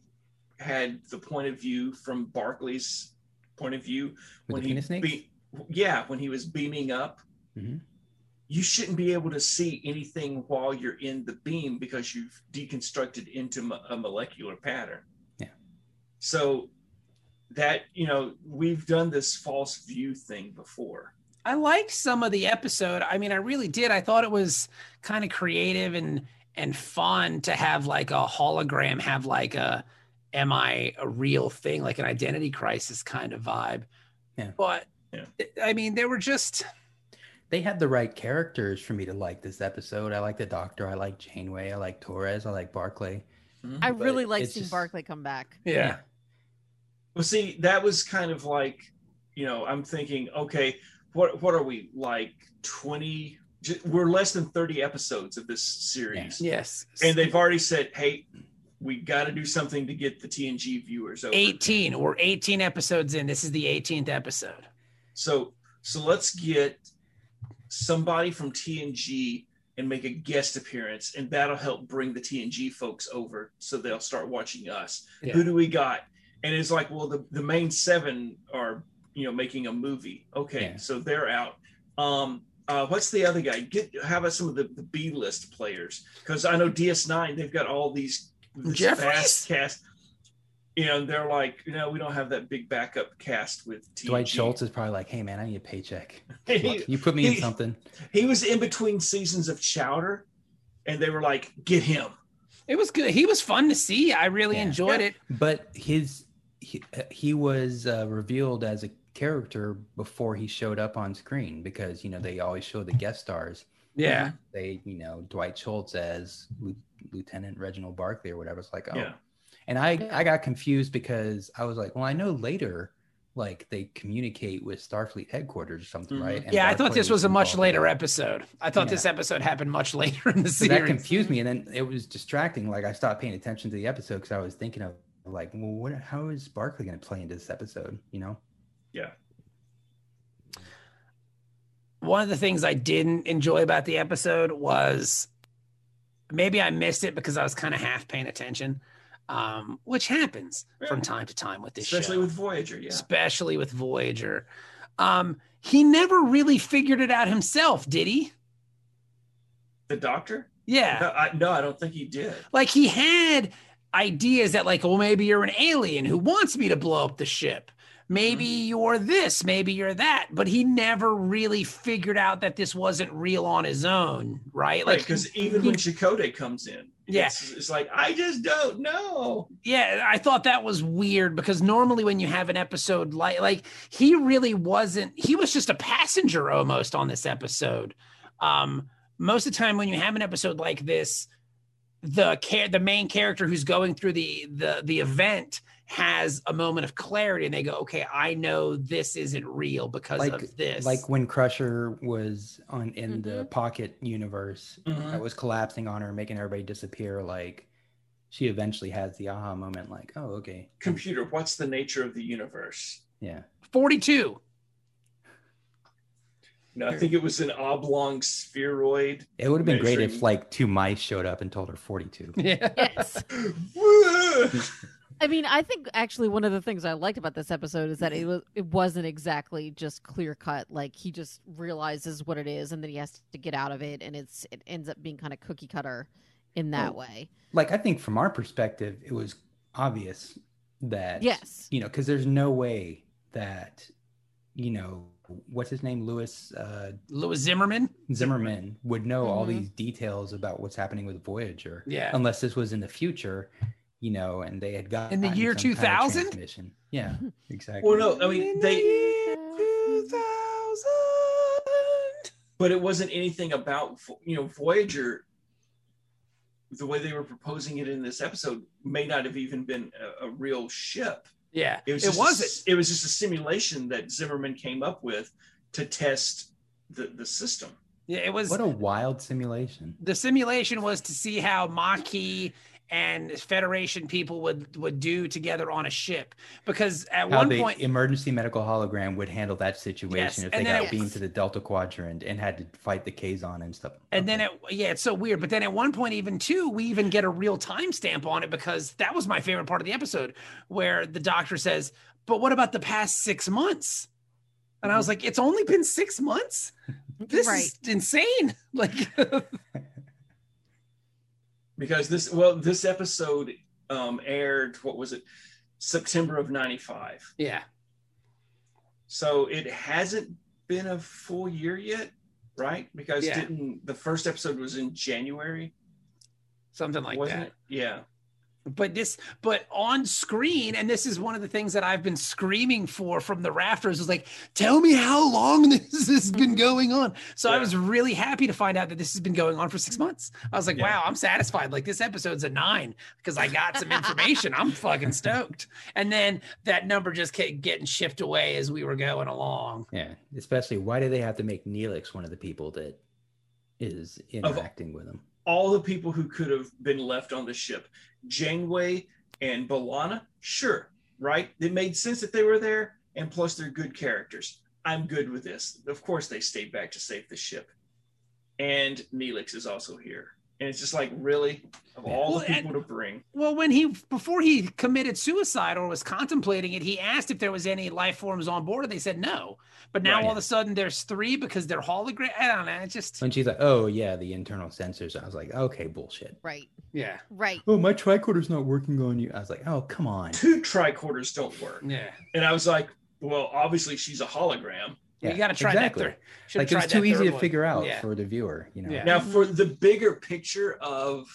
[SPEAKER 5] had the point of view from Barclay's point of view
[SPEAKER 6] With
[SPEAKER 5] when
[SPEAKER 6] the penis snakes?
[SPEAKER 5] be- yeah, when he was beaming up.
[SPEAKER 6] Mhm.
[SPEAKER 5] You shouldn't be able to see anything while you're in the beam because you've deconstructed into mo- a molecular pattern.
[SPEAKER 6] Yeah.
[SPEAKER 5] So that you know we've done this false view thing before.
[SPEAKER 3] I liked some of the episode. I mean, I really did. I thought it was kind of creative and and fun to have like a hologram have like a am I a real thing, like an identity crisis kind of vibe.
[SPEAKER 6] Yeah.
[SPEAKER 3] But
[SPEAKER 5] Yeah.
[SPEAKER 3] I mean, they were just
[SPEAKER 6] They had the right characters for me to like this episode. I like the Doctor. I like Janeway. I like Torres. I like Barclay.
[SPEAKER 4] I
[SPEAKER 6] But
[SPEAKER 4] really like
[SPEAKER 6] it's
[SPEAKER 4] seeing
[SPEAKER 6] just-
[SPEAKER 4] Barclay come back.
[SPEAKER 3] yeah.
[SPEAKER 5] Well, see, that was kind of like, you know, I'm thinking, okay, what what are we like 20? ju- We're less than 30 episodes of this series,
[SPEAKER 3] Yes.
[SPEAKER 5] and they've already said, hey, we got to do something to get the TNG viewers over.
[SPEAKER 3] 18 or 18 episodes in. This is the 18th episode.
[SPEAKER 5] So so let's get somebody from TNG and make a guest appearance, and that'll help bring the TNG folks over, so they'll start watching us.
[SPEAKER 3] Yeah.
[SPEAKER 5] Who do we got? And it's like, well, the the main seven are you know making a movie. Okay,
[SPEAKER 6] Yeah.
[SPEAKER 5] so they're out. Um, uh, what's the other guy? Get how about some of the, the B list players? Because I know DS9, they've got all these this
[SPEAKER 3] Jeffries?
[SPEAKER 5] fast cast. You know, they're like, you know, we don't have that big backup cast with TNG.
[SPEAKER 6] Dwight Schultz is probably like, "Hey man, I need a paycheck.
[SPEAKER 5] He-
[SPEAKER 6] Look, you put me in
[SPEAKER 5] he-
[SPEAKER 6] something."
[SPEAKER 5] he was in between seasons of Chowder, and they were like, "Get him."
[SPEAKER 3] It was good. He was fun to see. I really
[SPEAKER 6] Yeah.
[SPEAKER 3] enjoyed
[SPEAKER 5] Yeah.
[SPEAKER 3] it.
[SPEAKER 6] But his he, uh, he was uh, revealed as a character before he showed up on screen because you know they always show the guest stars.
[SPEAKER 3] Yeah.
[SPEAKER 6] They you know Dwight Schultz as Lu- Lieutenant Reginald Barkley or whatever. It's like oh,
[SPEAKER 5] Yeah.
[SPEAKER 6] and I I got confused because I was like, well, I know later like they communicate with Starfleet headquarters or something,
[SPEAKER 5] Mhm.
[SPEAKER 6] right? And
[SPEAKER 3] yeah, I thought
[SPEAKER 6] Barclay
[SPEAKER 3] this was a much
[SPEAKER 6] involved.
[SPEAKER 3] later episode. I thought
[SPEAKER 6] Yeah.
[SPEAKER 3] this episode happened much later in the
[SPEAKER 6] So
[SPEAKER 3] series.
[SPEAKER 6] that confused me, and then it was distracting. Like I stopped paying attention to the episode because I was thinking of like, well, what? How is Barkley going to play into this episode? You know?
[SPEAKER 5] Yeah.
[SPEAKER 3] one of the things I didn't enjoy about the episode was maybe I missed it because I was kind of half paying attention, um, which happens from time to time with this
[SPEAKER 5] especially
[SPEAKER 3] show,
[SPEAKER 5] with Voyager. Yeah,
[SPEAKER 3] especially with Voyager. Um, he never really figured it out himself, did he?
[SPEAKER 5] the Doctor.
[SPEAKER 3] Yeah.
[SPEAKER 5] No, I, no, I don't think he did.
[SPEAKER 3] Like he had ideas that, like, well, maybe you're an alien who wants me to blow up the ship. Maybe
[SPEAKER 5] Mm-hmm.
[SPEAKER 3] you're this, maybe you're that, but he never really figured out that this wasn't real on his own, right?
[SPEAKER 5] Like,
[SPEAKER 3] Like,
[SPEAKER 5] because even when Chakotay comes in,
[SPEAKER 3] Yeah.
[SPEAKER 5] it's, it's like I just don't know.
[SPEAKER 3] yeah, I thought that was weird because normally when you have an episode like like he really wasn't he was just a passenger almost on this episode. Um most of the time when you have an episode like this the care the main character who's going through the the the event has a moment of clarity and they go okay I know this isn't real because
[SPEAKER 6] Like-
[SPEAKER 3] of this.
[SPEAKER 6] Like when Crusher was on in the pocket universe that was collapsing on her, making everybody disappear. Like she eventually has the aha moment, like, oh, okay,
[SPEAKER 5] Computer, what's the nature of the universe?
[SPEAKER 6] yeah.
[SPEAKER 3] 42.
[SPEAKER 5] No, I think it was an oblong spheroid.
[SPEAKER 6] It would have been
[SPEAKER 5] Yeah,
[SPEAKER 6] great
[SPEAKER 5] sure.
[SPEAKER 6] if like two mice showed up and told her 42.
[SPEAKER 3] Yeah.
[SPEAKER 4] Yes.
[SPEAKER 5] Woo!
[SPEAKER 4] I mean, I think actually one of the things I liked about this episode is that it was it wasn't exactly just clear cut. Like he just realizes what it is, and then he has to get out of it, and it's it ends up being kind of cookie cutter in that
[SPEAKER 6] Oh,
[SPEAKER 4] way.
[SPEAKER 6] Like I think from our perspective, it was obvious that
[SPEAKER 4] Yes.
[SPEAKER 6] you know, because there's no way that you know what's his name, Lewis uh,
[SPEAKER 3] Louis Zimmerman?
[SPEAKER 6] Zimmerman would know all
[SPEAKER 4] Mhm.
[SPEAKER 6] these details about what's happening with Voyager,
[SPEAKER 3] Yeah.
[SPEAKER 6] unless this was in the future, you know, and they had got
[SPEAKER 3] year 2000?
[SPEAKER 6] Mission, yeah, exactly.
[SPEAKER 5] well, no, Oh, I mean they. but it wasn't anything about you know Voyager. The way they were proposing it in this episode may not have even been a, a real ship.
[SPEAKER 3] Yeah.
[SPEAKER 5] It was
[SPEAKER 3] it
[SPEAKER 5] just
[SPEAKER 3] wasn't.
[SPEAKER 5] A, it was just a simulation that Zimmerman came up with to test the the system.
[SPEAKER 3] yeah, it was
[SPEAKER 6] what a wild simulation.
[SPEAKER 3] the simulation was to see how Maquis and Federation people would would do together on a ship because at
[SPEAKER 6] How
[SPEAKER 3] one
[SPEAKER 6] the
[SPEAKER 3] point
[SPEAKER 6] emergency medical hologram would handle that situation
[SPEAKER 3] Yes,
[SPEAKER 6] if they
[SPEAKER 3] and
[SPEAKER 4] then
[SPEAKER 6] got
[SPEAKER 4] it-
[SPEAKER 6] beamed to the Delta Quadrant and had to fight the Kazon and stuff.
[SPEAKER 3] and then it yeah it's so weird but then at one point even too we even get a real timestamp on it because that was my favorite part of the episode where the doctor says but what about the past 6 months and I was like it's only been 6 months this
[SPEAKER 4] Right.
[SPEAKER 3] is insane like
[SPEAKER 5] Because this well, this episode um, aired what was it, September of '95.
[SPEAKER 3] yeah
[SPEAKER 5] So it hasn't been a full year yet, right? Because
[SPEAKER 3] Yeah.
[SPEAKER 5] didn't the first episode was in January?
[SPEAKER 3] something like
[SPEAKER 5] wasn't
[SPEAKER 3] that
[SPEAKER 5] it? Yeah.
[SPEAKER 3] but this but on screen and this is one of the things that i've been screaming for from the rafters was like tell me how long this has been going on so i
[SPEAKER 5] Yeah.
[SPEAKER 3] was really happy to find out that this has been going on for six months i was like
[SPEAKER 6] Yeah.
[SPEAKER 3] wow i'm satisfied like this episode's a nine because i got some information i'm fucking stoked and then that number just kept getting shipped away as we were going along
[SPEAKER 6] yeah, especially why do they have to make Neelix one of the people that is interacting with them?
[SPEAKER 5] all the people who could have been left on the ship Janeway and Balana, sure, right? It made sense that they were there, and plus they're good characters. I'm good with this. Of course, they stayed back to save the ship. And Neelix is also here. And it's just like, really? Of
[SPEAKER 6] Yeah.
[SPEAKER 5] all
[SPEAKER 3] Well,
[SPEAKER 5] the
[SPEAKER 3] and-
[SPEAKER 5] people to bring,
[SPEAKER 3] Well, when he before he committed suicide or was contemplating it, he asked if there was any life forms on board, and they said no. But now
[SPEAKER 5] Right.
[SPEAKER 3] all of a sudden there's three because they're hologram. I don't know. It's just
[SPEAKER 6] And she's like, "Oh yeah, the internal sensors." I was like, "Okay, bullshit."
[SPEAKER 4] Right.
[SPEAKER 3] yeah,
[SPEAKER 4] Right.
[SPEAKER 6] Oh, my tricorder's not working on you. I was like, "Oh, come on."
[SPEAKER 5] two tricorders don't work.
[SPEAKER 3] yeah.
[SPEAKER 5] And I was like, well, obviously she's a hologram.
[SPEAKER 3] You gotta try that third- Should've
[SPEAKER 6] Like it was
[SPEAKER 3] tried
[SPEAKER 6] too
[SPEAKER 3] that
[SPEAKER 6] easy
[SPEAKER 3] third
[SPEAKER 6] to
[SPEAKER 3] one.
[SPEAKER 6] figure out
[SPEAKER 3] Yeah.
[SPEAKER 6] for the viewer, you know.
[SPEAKER 3] Yeah.
[SPEAKER 5] Now, for the bigger picture of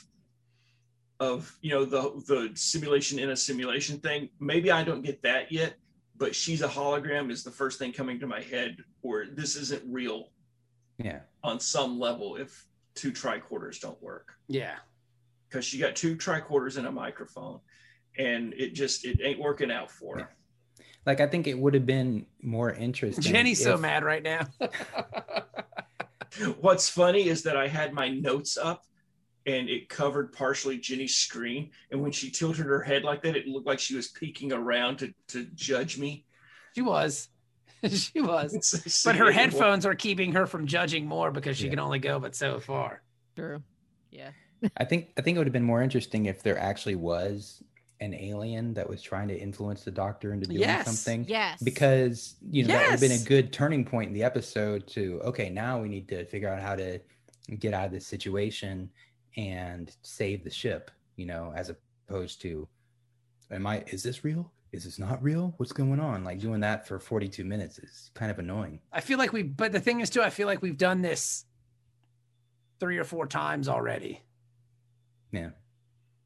[SPEAKER 5] of you know the the simulation in a simulation thing, maybe I don't get that yet. But she's a hologram is the first thing coming to my head, or this isn't real
[SPEAKER 6] Yeah.
[SPEAKER 5] on some level if two tricorders don't work
[SPEAKER 3] yeah.
[SPEAKER 5] because she got two tricorders and a microphone, and it just it ain't working out for her.
[SPEAKER 6] Like I think it would have been more interesting.
[SPEAKER 3] Jenny's so
[SPEAKER 6] if-
[SPEAKER 3] mad right now.
[SPEAKER 5] What's funny is that I had my notes up and it covered partially Jenny's screen. And when she tilted her head like that, it looked like she was peeking around to, to judge me.
[SPEAKER 3] she was. she was.
[SPEAKER 5] It's-
[SPEAKER 3] But her headphones are keeping her from judging more because she
[SPEAKER 6] Yeah.
[SPEAKER 3] can only go but so far.
[SPEAKER 4] True. Yeah.
[SPEAKER 6] I think I think it would have been more interesting if there actually was an alien that was trying to influence the doctor into doing
[SPEAKER 3] Yes.
[SPEAKER 6] something.
[SPEAKER 4] Yes.
[SPEAKER 6] Because you know that would have been
[SPEAKER 3] Yes.
[SPEAKER 6] a good turning point in the episode to okay, now we need to figure out how to get out of this situation and save the ship, you know, as opposed to am I is this real? Is this not real? What's going on? Like doing that for 42 minutes is kind of annoying.
[SPEAKER 3] I feel like we, but the thing is too, I feel like we've done this three or four times already.
[SPEAKER 6] Yeah.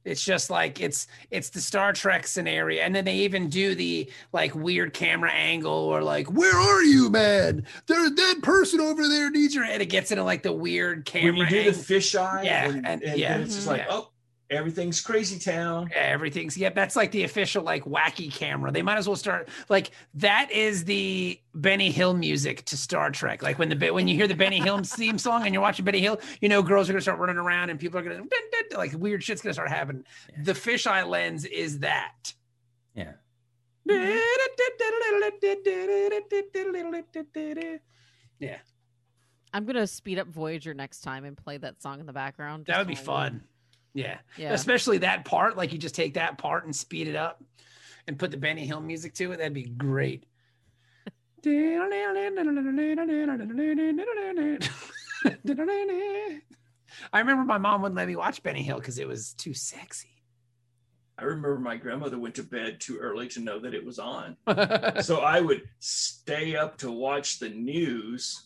[SPEAKER 3] It's just like it's it's the Star Trek scenario, and then they even do the like weird camera angle or like, "Where are you, man? There, that person over there needs your," and it gets into like the weird camera.
[SPEAKER 5] when you do the
[SPEAKER 3] angle.
[SPEAKER 5] fisheye,
[SPEAKER 3] Yeah,
[SPEAKER 5] and,
[SPEAKER 3] and-
[SPEAKER 5] and,
[SPEAKER 3] yeah. Mm-hmm.
[SPEAKER 5] then it's just like,
[SPEAKER 3] Yeah.
[SPEAKER 5] oh, everything's crazy town.
[SPEAKER 3] Yeah, everything's yeah, that's like the official like wacky camera. They might as well start like that is the Benny Hill music to Star Trek. Like when the when you hear the Benny Hill theme song and you're watching Benny Hill, you know girls are gonna start running around and people are gonna dun, dun, dun, like weird shit's gonna start happening.
[SPEAKER 6] Yeah.
[SPEAKER 3] The fisheye lens is that.
[SPEAKER 6] Yeah.
[SPEAKER 4] I'm gonna speed up Voyager next time and play that song in the background.
[SPEAKER 3] That
[SPEAKER 4] just
[SPEAKER 3] would be
[SPEAKER 4] while we-
[SPEAKER 3] fun. Yeah.
[SPEAKER 4] Yeah.
[SPEAKER 3] Especially that part. Like you just take that part and speed it up and put the Benny Hill music to it. That'd be great. I remember my mom wouldn't let me watch Benny Hill because it was too sexy.
[SPEAKER 5] I remember my grandmother went to bed too early to know that it was on. so I would stay up to watch the news.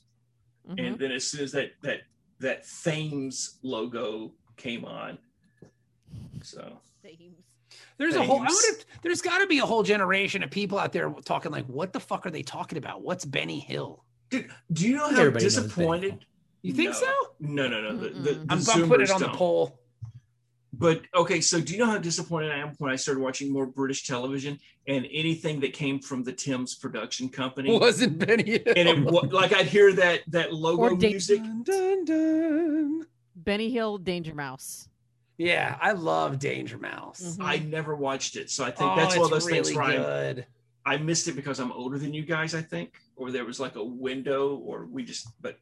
[SPEAKER 4] Mhm.
[SPEAKER 3] Mm-hmm.
[SPEAKER 5] And then as soon as that that that Thames logo came on. So
[SPEAKER 3] There's a whole. I
[SPEAKER 5] Thanks.
[SPEAKER 3] wonder if there's got to be a whole generation of people out there talking like, "What the fuck are they talking about? What's Benny Hill?"
[SPEAKER 5] do you know how
[SPEAKER 6] Everybody knows that.
[SPEAKER 5] disappointed?
[SPEAKER 3] You think
[SPEAKER 5] No.
[SPEAKER 3] so?
[SPEAKER 5] No, no, no. The, the,
[SPEAKER 4] Mm-mm.
[SPEAKER 5] the
[SPEAKER 3] I'm, I'm putting it
[SPEAKER 5] Zoomers
[SPEAKER 3] on the
[SPEAKER 5] don't.
[SPEAKER 3] poll.
[SPEAKER 5] But okay, so do you know how disappointed I am when I started watching more British television and anything that came from the Thames production company?
[SPEAKER 3] Wasn't Benny Hill?
[SPEAKER 5] And it wa- like I'd hear that that logo
[SPEAKER 4] Or Dan-
[SPEAKER 5] music.
[SPEAKER 3] Dun, dun, dun.
[SPEAKER 4] Benny Hill, Danger Mouse.
[SPEAKER 3] Yeah, I love Danger Mouse.
[SPEAKER 4] Mhm.
[SPEAKER 5] I never watched it, so I think
[SPEAKER 3] Oh,
[SPEAKER 5] that's one of
[SPEAKER 3] it's
[SPEAKER 5] those things
[SPEAKER 3] really
[SPEAKER 5] where I,
[SPEAKER 3] good.
[SPEAKER 5] I missed it because I'm older than you guys, I think, or there was like a window, or we just. But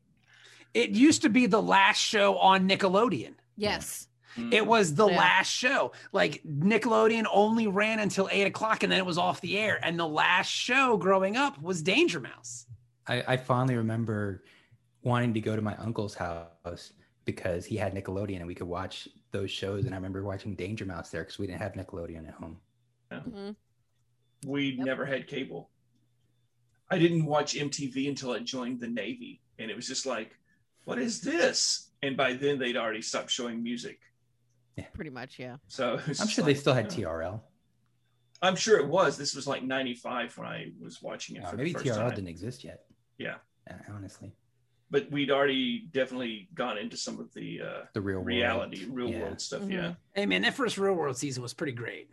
[SPEAKER 3] It used to be the last show on Nickelodeon.
[SPEAKER 4] Yes.
[SPEAKER 5] hmm.
[SPEAKER 3] It was the
[SPEAKER 4] Yeah.
[SPEAKER 3] last show. Like Nickelodeon only ran until eight o'clock, and then it was off the air. And the last show growing up was Danger Mouse.
[SPEAKER 6] I, I fondly remember wanting to go to my uncle's house because he had Nickelodeon and we could watch those shows. And I remember watching Danger Mouse there because we didn't have Nickelodeon at home.
[SPEAKER 4] Mhm.
[SPEAKER 5] we
[SPEAKER 4] Yep.
[SPEAKER 5] never had cable. I didn't watch MTV until I joined the Navy, and it was just like, what is this? And by then they'd already stopped showing music.
[SPEAKER 4] Pretty much, yeah.
[SPEAKER 5] So it was
[SPEAKER 6] I'm
[SPEAKER 5] just
[SPEAKER 6] sure they
[SPEAKER 5] like,
[SPEAKER 6] still had
[SPEAKER 5] yeah.
[SPEAKER 6] TRL.
[SPEAKER 5] I'm sure it was. This was like '95 when I was watching it.
[SPEAKER 6] Uh,
[SPEAKER 5] for
[SPEAKER 6] maybe
[SPEAKER 5] the
[SPEAKER 6] TRL
[SPEAKER 5] first time.
[SPEAKER 6] didn't exist yet.
[SPEAKER 5] Yeah.
[SPEAKER 6] Uh, honestly,
[SPEAKER 5] but we'd already definitely gone into some of the uh,
[SPEAKER 6] the real world.
[SPEAKER 5] reality, real
[SPEAKER 6] Yeah.
[SPEAKER 5] world stuff.
[SPEAKER 4] Mhm.
[SPEAKER 5] Yeah,
[SPEAKER 3] Hey man, that first Real World season was pretty great.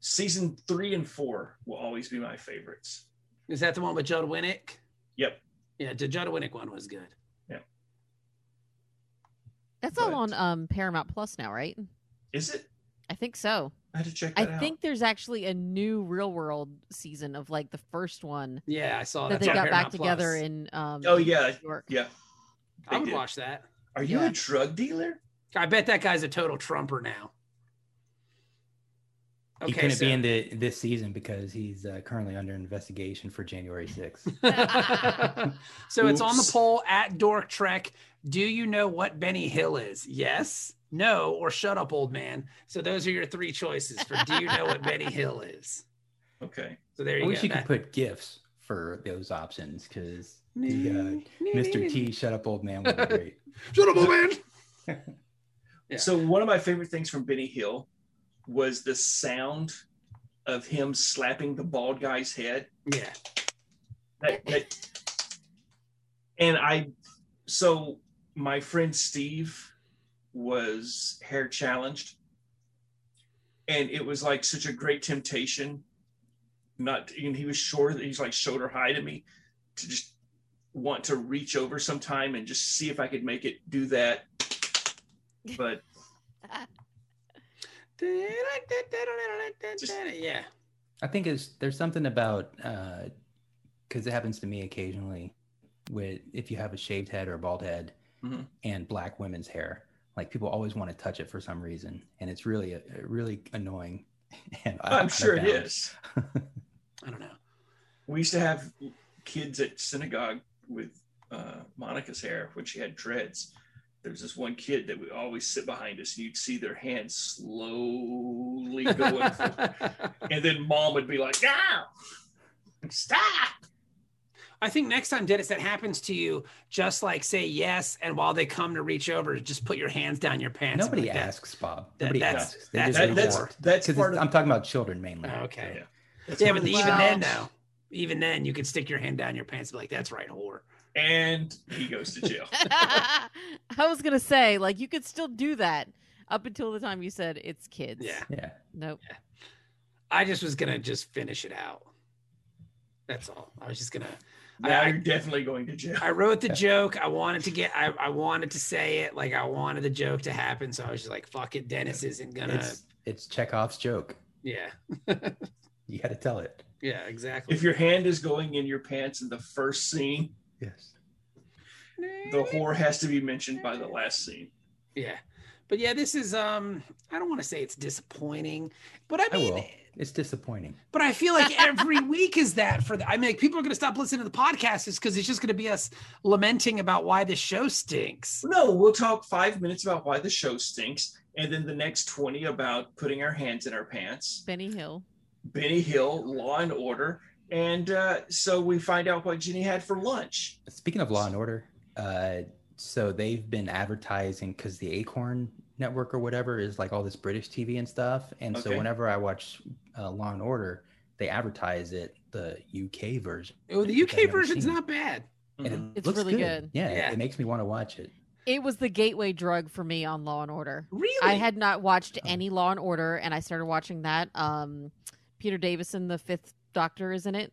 [SPEAKER 5] season three and four will always be my favorites.
[SPEAKER 3] Is that the one with Judd Winnick?
[SPEAKER 5] Yep.
[SPEAKER 3] Yeah, the Judd Winnick one was good.
[SPEAKER 4] That's all
[SPEAKER 5] But-
[SPEAKER 4] on um, Paramount Plus now, right?
[SPEAKER 5] Is it?
[SPEAKER 4] I think so.
[SPEAKER 5] I had to check
[SPEAKER 4] I
[SPEAKER 5] that out.
[SPEAKER 4] think there's actually a new Real World season of like the first one
[SPEAKER 3] Yeah, I saw
[SPEAKER 4] that
[SPEAKER 3] that.
[SPEAKER 4] they
[SPEAKER 5] on
[SPEAKER 4] got back
[SPEAKER 3] Oh, Paramount
[SPEAKER 4] together
[SPEAKER 3] Plus.
[SPEAKER 4] in. Um,
[SPEAKER 5] Oh yeah,
[SPEAKER 4] New York.
[SPEAKER 5] yeah.
[SPEAKER 3] I would
[SPEAKER 5] did.
[SPEAKER 3] watch that.
[SPEAKER 5] Are you
[SPEAKER 4] Yeah.
[SPEAKER 5] a drug dealer?
[SPEAKER 3] I bet that guy's a total trumper now.
[SPEAKER 6] he couldn't
[SPEAKER 3] so-
[SPEAKER 6] be in the, this season because he's uh, currently under investigation for January 6th.
[SPEAKER 3] so it's on the
[SPEAKER 5] Oops.
[SPEAKER 3] poll at Dork Trek. Do you know what Benny Hill is? Yes, no, or shut up, old man. So those are your three choices for do you know what Benny Hill is?
[SPEAKER 5] Okay.
[SPEAKER 3] So there
[SPEAKER 6] I
[SPEAKER 3] you
[SPEAKER 6] wish
[SPEAKER 3] go.
[SPEAKER 6] you could
[SPEAKER 3] That-
[SPEAKER 6] put gifts for those options because the, uh, Mr. T, shut up, old man, would be great.
[SPEAKER 3] Shut up, old man. Yeah.
[SPEAKER 5] So one of my favorite things from Benny Hill was the sound of him slapping the bald guy's head.
[SPEAKER 3] Yeah.
[SPEAKER 5] That, that, and I, so my friend Steve was hair challenged, and it was like such a great temptation. Not, and he was shorter. He's like shoulder high to me, to just want to reach over sometime and just see if I could make it do that. But
[SPEAKER 3] Yeah.
[SPEAKER 6] I think it's, there's something about uh, because it happens to me occasionally with if you have a shaved head or a bald head
[SPEAKER 5] Mhm.
[SPEAKER 6] and black women's hair like people always want to touch it for some reason and it's really uh, really annoying and I
[SPEAKER 5] I'm
[SPEAKER 6] don't
[SPEAKER 5] sure it
[SPEAKER 6] know.
[SPEAKER 5] is.
[SPEAKER 3] I don't know.
[SPEAKER 5] We used to have kids at synagogue with uh, Monica's hair when she had dreads. There was this one kid that would always sit behind us, and you'd see their hands slowly going, forward. and then mom would be like, "Now, stop!"
[SPEAKER 3] I think next time, Dennis, that happens to you, just like say yes, and while they come to reach over, just put your hands down your pants. and
[SPEAKER 6] nobody
[SPEAKER 3] like that.
[SPEAKER 6] asks bob
[SPEAKER 3] That-
[SPEAKER 6] nobody
[SPEAKER 3] that's-
[SPEAKER 6] asks they
[SPEAKER 3] that's-
[SPEAKER 6] just
[SPEAKER 5] That-
[SPEAKER 6] reach
[SPEAKER 5] that's
[SPEAKER 6] out.
[SPEAKER 5] that's
[SPEAKER 6] 'Cause
[SPEAKER 5] part
[SPEAKER 6] it's-
[SPEAKER 5] of
[SPEAKER 6] i'm talking about children mainly
[SPEAKER 3] Oh, okay.
[SPEAKER 5] Yeah. that's
[SPEAKER 3] Yeah,
[SPEAKER 5] part
[SPEAKER 3] but
[SPEAKER 5] of the
[SPEAKER 3] even
[SPEAKER 5] style.
[SPEAKER 3] then, though, even then, you could stick your hand down your pants and be like, "That's right, whore."
[SPEAKER 5] and he goes to jail.
[SPEAKER 4] I was gonna say, like, you could still do that up until the time you said it's kids.
[SPEAKER 3] Yeah.
[SPEAKER 6] yeah
[SPEAKER 4] Nope.
[SPEAKER 3] I just was gonna just finish it out. That's all. I was just gonna.
[SPEAKER 5] now
[SPEAKER 3] I-
[SPEAKER 5] you're definitely going to jail.
[SPEAKER 3] I wrote the joke. I wanted to get. I, I wanted to say it. Like I wanted the joke to happen. So I was just like, "Fuck it." Dennis isn't gonna.
[SPEAKER 6] it's it's chekhov's joke
[SPEAKER 3] yeah.
[SPEAKER 6] you got to tell it
[SPEAKER 3] Yeah. Exactly.
[SPEAKER 5] If your hand is going in your pants in the first scene,
[SPEAKER 6] yes
[SPEAKER 5] the whore has to be mentioned by the last scene.
[SPEAKER 3] Yeah. But yeah, this is um I don't want to say it's disappointing, but I
[SPEAKER 6] i
[SPEAKER 3] mean
[SPEAKER 6] will it's disappointing
[SPEAKER 3] but I feel like every week is that for the I mean like people are gonna stop listening to the podcast is because it's just gonna be us lamenting about why the show stinks.
[SPEAKER 5] No, we'll talk five minutes about why the show stinks, and then the next 20 about putting our hands in our pants,
[SPEAKER 4] Benny Hill.
[SPEAKER 5] Benny Hill, Law and Order. And uh, so we find out what Jenny had for lunch.
[SPEAKER 6] Speaking of Law and Order, uh, so they've been advertising because the Acorn Network or whatever is like all this British TV and stuff. And so
[SPEAKER 5] Okay.
[SPEAKER 6] whenever I watch uh, Law and Order, they advertise it the UK version,
[SPEAKER 3] Oh, the
[SPEAKER 6] Which I've
[SPEAKER 3] UK
[SPEAKER 6] never
[SPEAKER 3] version's
[SPEAKER 6] seen.
[SPEAKER 3] not bad.
[SPEAKER 6] and
[SPEAKER 5] Mhm.
[SPEAKER 6] it
[SPEAKER 4] Mm-hmm. It's
[SPEAKER 6] looks
[SPEAKER 4] really good.
[SPEAKER 6] Yeah, it-
[SPEAKER 3] Yeah.
[SPEAKER 6] it makes me want to watch it.
[SPEAKER 4] It was the gateway drug for me on Law and Order.
[SPEAKER 3] Really?
[SPEAKER 4] I had not watched
[SPEAKER 6] Oh.
[SPEAKER 4] any Law and Order, and I started watching that. Um, Peter Davison, the Fifth Doctor, is in it.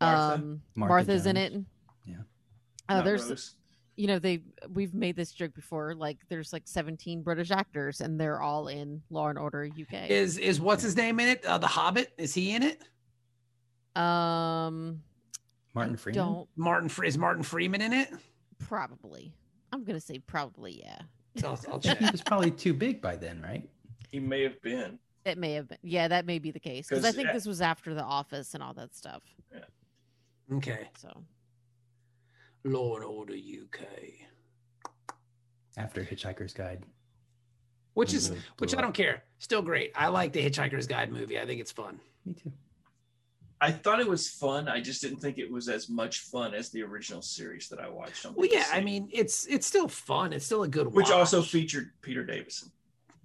[SPEAKER 5] Martha.
[SPEAKER 4] Um,
[SPEAKER 6] Martha
[SPEAKER 4] Martha's in it.
[SPEAKER 6] Jones. Yeah.
[SPEAKER 4] Uh,
[SPEAKER 5] Not
[SPEAKER 4] there's
[SPEAKER 5] Rose.
[SPEAKER 4] you know they we've made this joke before like there's like 17 british actors and they're all in law and order uk
[SPEAKER 3] Is is what's his name in it? Uh, the Hobbit? Is he in it?
[SPEAKER 4] um
[SPEAKER 6] Martin
[SPEAKER 4] I
[SPEAKER 6] Freeman.
[SPEAKER 4] don't
[SPEAKER 3] Martin Fre- is Martin Freeman in it?
[SPEAKER 4] probably i'm gonna say probably yeah
[SPEAKER 3] I'll, I'll
[SPEAKER 6] Yeah,
[SPEAKER 3] check.
[SPEAKER 6] he was probably too big by then, right?
[SPEAKER 5] He may have been.
[SPEAKER 4] that may have been yeah that may be the case because i
[SPEAKER 5] 'Cause,
[SPEAKER 4] think
[SPEAKER 5] uh,
[SPEAKER 4] this was after the office and all that stuff
[SPEAKER 3] okay.
[SPEAKER 4] so
[SPEAKER 3] Law and Order UK.
[SPEAKER 6] After Hitchhiker's Guide.
[SPEAKER 3] Which is
[SPEAKER 5] Mm-hmm.
[SPEAKER 6] Blew-
[SPEAKER 3] which
[SPEAKER 6] blew
[SPEAKER 3] I
[SPEAKER 6] up.
[SPEAKER 3] don't care. Still great. I like the Hitchhiker's Guide movie. I think it's fun.
[SPEAKER 6] Me too.
[SPEAKER 5] I thought it was fun. I just didn't think it was as much fun as the original series that I watched. on
[SPEAKER 3] Well, yeah, I
[SPEAKER 5] BBC,
[SPEAKER 3] mean, it's it's still fun. It's still a good
[SPEAKER 5] which also
[SPEAKER 3] watch.
[SPEAKER 5] featured Peter Davison.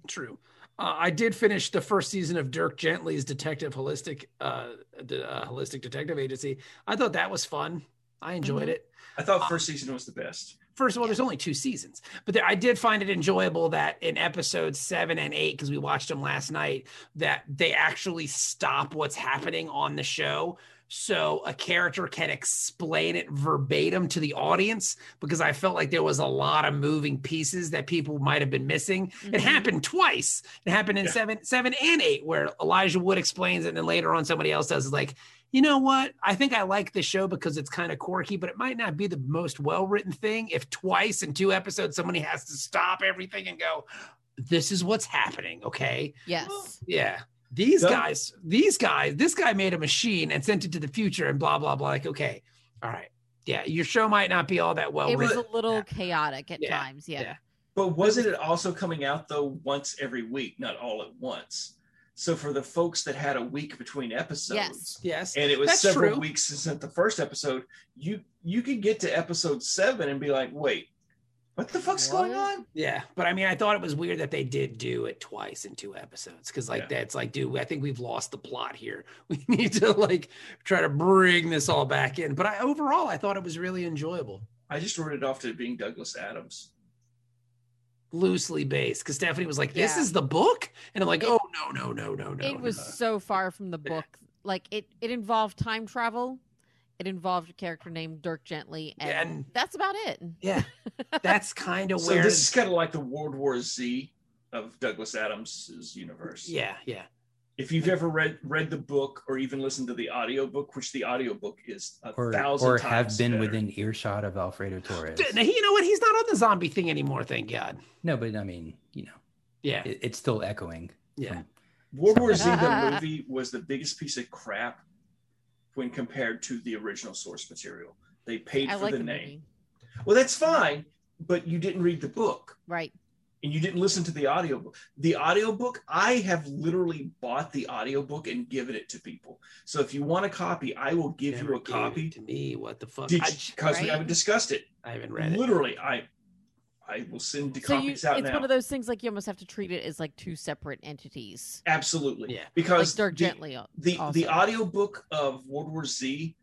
[SPEAKER 3] true. Uh, I did finish the first season of Dirk Gently's Detective Holistic uh, the, uh, Holistic Detective Agency. I thought that was fun. I enjoyed
[SPEAKER 4] Mhm.
[SPEAKER 3] it.
[SPEAKER 5] I thought first season was the best.
[SPEAKER 3] First of all, there's only two seasons, but there, I did find it enjoyable that in episodes seven and eight, because we watched them last night, that they actually stop what's happening on the show. So a character can explain it verbatim to the audience because I felt like there was a lot of moving pieces that people might have been missing. It
[SPEAKER 4] Mhm.
[SPEAKER 3] happened twice. It happened in
[SPEAKER 5] Yeah.
[SPEAKER 3] seven, seven and eight, where Elijah Wood explains it, and then later on somebody else does. It's like, you know what? I think I like this show because it's kind of quirky, but it might not be the most well written thing if twice in two episodes somebody has to stop everything and go, this is what's happening. Okay.
[SPEAKER 4] yes
[SPEAKER 3] Yeah. These
[SPEAKER 5] Yeah.
[SPEAKER 3] guys, these guys, this guy made a machine and sent it to the future and blah, blah, blah. Like, okay. All right. Yeah. Your show might not be all that well
[SPEAKER 4] it was
[SPEAKER 3] written.
[SPEAKER 4] a little chaotic at
[SPEAKER 3] Yeah.
[SPEAKER 4] times yeah,
[SPEAKER 3] Yeah.
[SPEAKER 5] But wasn't it also coming out though once every week, not all at once? So for the folks that had a week between episodes,
[SPEAKER 3] Yes.
[SPEAKER 5] and it was
[SPEAKER 3] That's
[SPEAKER 5] several
[SPEAKER 3] true.
[SPEAKER 5] weeks since the first episode, you you could get to episode seven and be like, wait, what the fuck's going
[SPEAKER 4] What?
[SPEAKER 5] on?
[SPEAKER 3] Yeah, but I mean, I thought it was weird that they did do it twice in two episodes because, like,
[SPEAKER 5] Yeah.
[SPEAKER 3] that's like, dude, I think we've lost the plot here. We need to like try to bring this all back in. But I overall, I thought it was really enjoyable,
[SPEAKER 5] I just wrote it off to being Douglas Adams.
[SPEAKER 3] loosely based. Because Stephanie was like, "This
[SPEAKER 4] Yeah.
[SPEAKER 3] is the book," and I'm like,
[SPEAKER 4] It-
[SPEAKER 3] "Oh no, no, no, no, no!"
[SPEAKER 4] it was
[SPEAKER 3] no."
[SPEAKER 4] so far from the book like it it involved time travel it involved a character named dirk gently and,
[SPEAKER 3] Yeah, and
[SPEAKER 4] that's about it
[SPEAKER 3] yeah, that's kind of
[SPEAKER 5] So
[SPEAKER 3] where.
[SPEAKER 5] this is kind of like the World War Z of Douglas Adams's universe.
[SPEAKER 3] yeah, yeah.
[SPEAKER 5] if you've ever read read the book or even listened to the audiobook, which the audiobook is a
[SPEAKER 6] or,
[SPEAKER 5] thousand
[SPEAKER 6] or
[SPEAKER 5] times
[SPEAKER 6] have been
[SPEAKER 5] better.
[SPEAKER 6] within earshot of Alfredo Torres.
[SPEAKER 3] D- now, you know what? He's not on the zombie thing anymore. Thank God.
[SPEAKER 6] No, but I mean, you know,
[SPEAKER 3] Yeah.
[SPEAKER 6] it, it's still echoing.
[SPEAKER 3] Yeah.
[SPEAKER 5] World War Z, the
[SPEAKER 4] Ah.
[SPEAKER 5] movie was the biggest piece of crap when compared to the original source material. They paid
[SPEAKER 4] I
[SPEAKER 5] for
[SPEAKER 4] like
[SPEAKER 5] the,
[SPEAKER 4] the
[SPEAKER 5] name.
[SPEAKER 4] movie.
[SPEAKER 5] Well, that's fine, but you didn't read the book
[SPEAKER 4] Right.
[SPEAKER 5] and you didn't listen to the audiobook. The audiobook, I have literally bought the audiobook and given it to people. So if you want a copy, I will give
[SPEAKER 3] Never
[SPEAKER 5] you a
[SPEAKER 3] gave it
[SPEAKER 5] copy
[SPEAKER 3] To me, what the fuck? I,
[SPEAKER 5] because we
[SPEAKER 4] right?
[SPEAKER 5] haven't discussed it.
[SPEAKER 3] I haven't read it.
[SPEAKER 5] literally, I I will send the
[SPEAKER 4] So you,
[SPEAKER 5] copies
[SPEAKER 4] it's
[SPEAKER 5] out now.
[SPEAKER 4] one of those things like you almost have to treat it as like two separate entities,
[SPEAKER 5] Absolutely.
[SPEAKER 3] Yeah.
[SPEAKER 5] Because
[SPEAKER 4] like Dirk
[SPEAKER 5] the-
[SPEAKER 4] Gently. al-
[SPEAKER 5] the
[SPEAKER 4] also.
[SPEAKER 5] the audiobook of World War Z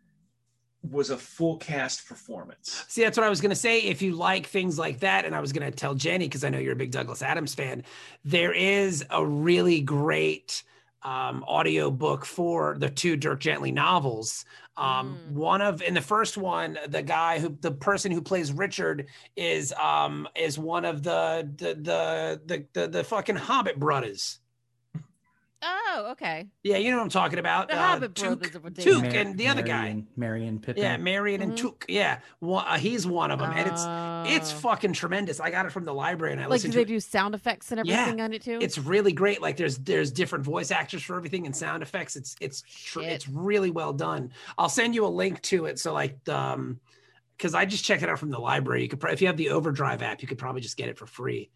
[SPEAKER 5] was a full cast performance.
[SPEAKER 3] See, that's what I was going to say. If you like things like that, and I was going to tell Jenny, because I know you're a big Douglas Adams fan, there is a really great um, audio book for the two Dirk Gently novels. Um,
[SPEAKER 4] Mm.
[SPEAKER 3] One of, in the first one, the guy who, the person who plays Richard is, um, is one of the, the, the, the, the, the fucking Hobbit brothers.
[SPEAKER 4] Oh, okay.
[SPEAKER 3] Yeah, you know what I'm talking about.
[SPEAKER 4] The
[SPEAKER 3] Uh, Tuke-
[SPEAKER 4] Hobbit brothers are
[SPEAKER 3] Duke
[SPEAKER 4] ridiculous.
[SPEAKER 6] Mar-
[SPEAKER 3] and the other guy.
[SPEAKER 6] Marion- Marion Pippin.
[SPEAKER 3] Yeah, Marion and
[SPEAKER 4] Mhm.
[SPEAKER 3] Took. Yeah, one, uh, he's one of them, and it's it's
[SPEAKER 4] Oh.
[SPEAKER 3] fucking tremendous. I got it from the library and I
[SPEAKER 4] like do
[SPEAKER 3] listened to
[SPEAKER 4] they
[SPEAKER 3] it.
[SPEAKER 4] do sound effects and
[SPEAKER 3] Yeah,
[SPEAKER 4] everything on it too?
[SPEAKER 3] It's really great. Like there's there's different voice actors for everything and sound effects. It's it's tr-
[SPEAKER 4] Shit.
[SPEAKER 3] it's really well done. I'll send you a link to it. So like um, because I just checked it out from the library. You could probably if you have the Overdrive app, you could probably just get it for free.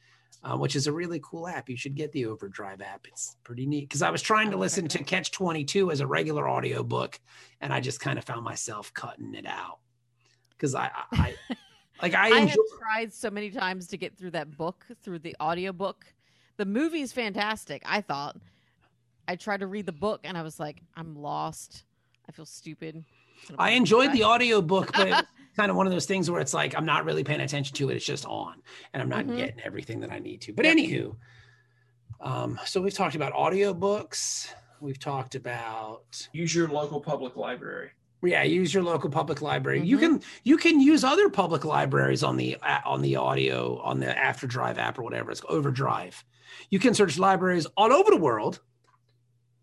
[SPEAKER 3] Um, which is a really cool app. You should get the Overdrive app. It's pretty neat. Because I was trying to
[SPEAKER 4] I'll check
[SPEAKER 3] listen
[SPEAKER 4] it
[SPEAKER 3] to
[SPEAKER 4] out.
[SPEAKER 3] Catch 22 as a regular audiobook, and I just kind of found myself cutting it out. Because I, I, I like, I,
[SPEAKER 4] I
[SPEAKER 3] enjoy.
[SPEAKER 4] have tried so many times to get through that book through the audiobook. The movie's fantastic, I thought. I tried to read the book and I was like, I'm lost. I feel stupid.
[SPEAKER 3] I enjoyed the audiobook, but it's kind of one of those things where it's like I'm not really paying attention to it. It's just on, and I'm not
[SPEAKER 4] Mhm.
[SPEAKER 3] getting everything that I need to. But
[SPEAKER 4] Yep.
[SPEAKER 3] anywho, um, so we've talked about audiobooks. We've talked about
[SPEAKER 5] Use your local public library.
[SPEAKER 3] yeah, use your local public library. You
[SPEAKER 4] Mhm.
[SPEAKER 3] can you can use other public libraries on the a- on the audio on the After Drive app or whatever it's called, Overdrive. You can search libraries all over the world.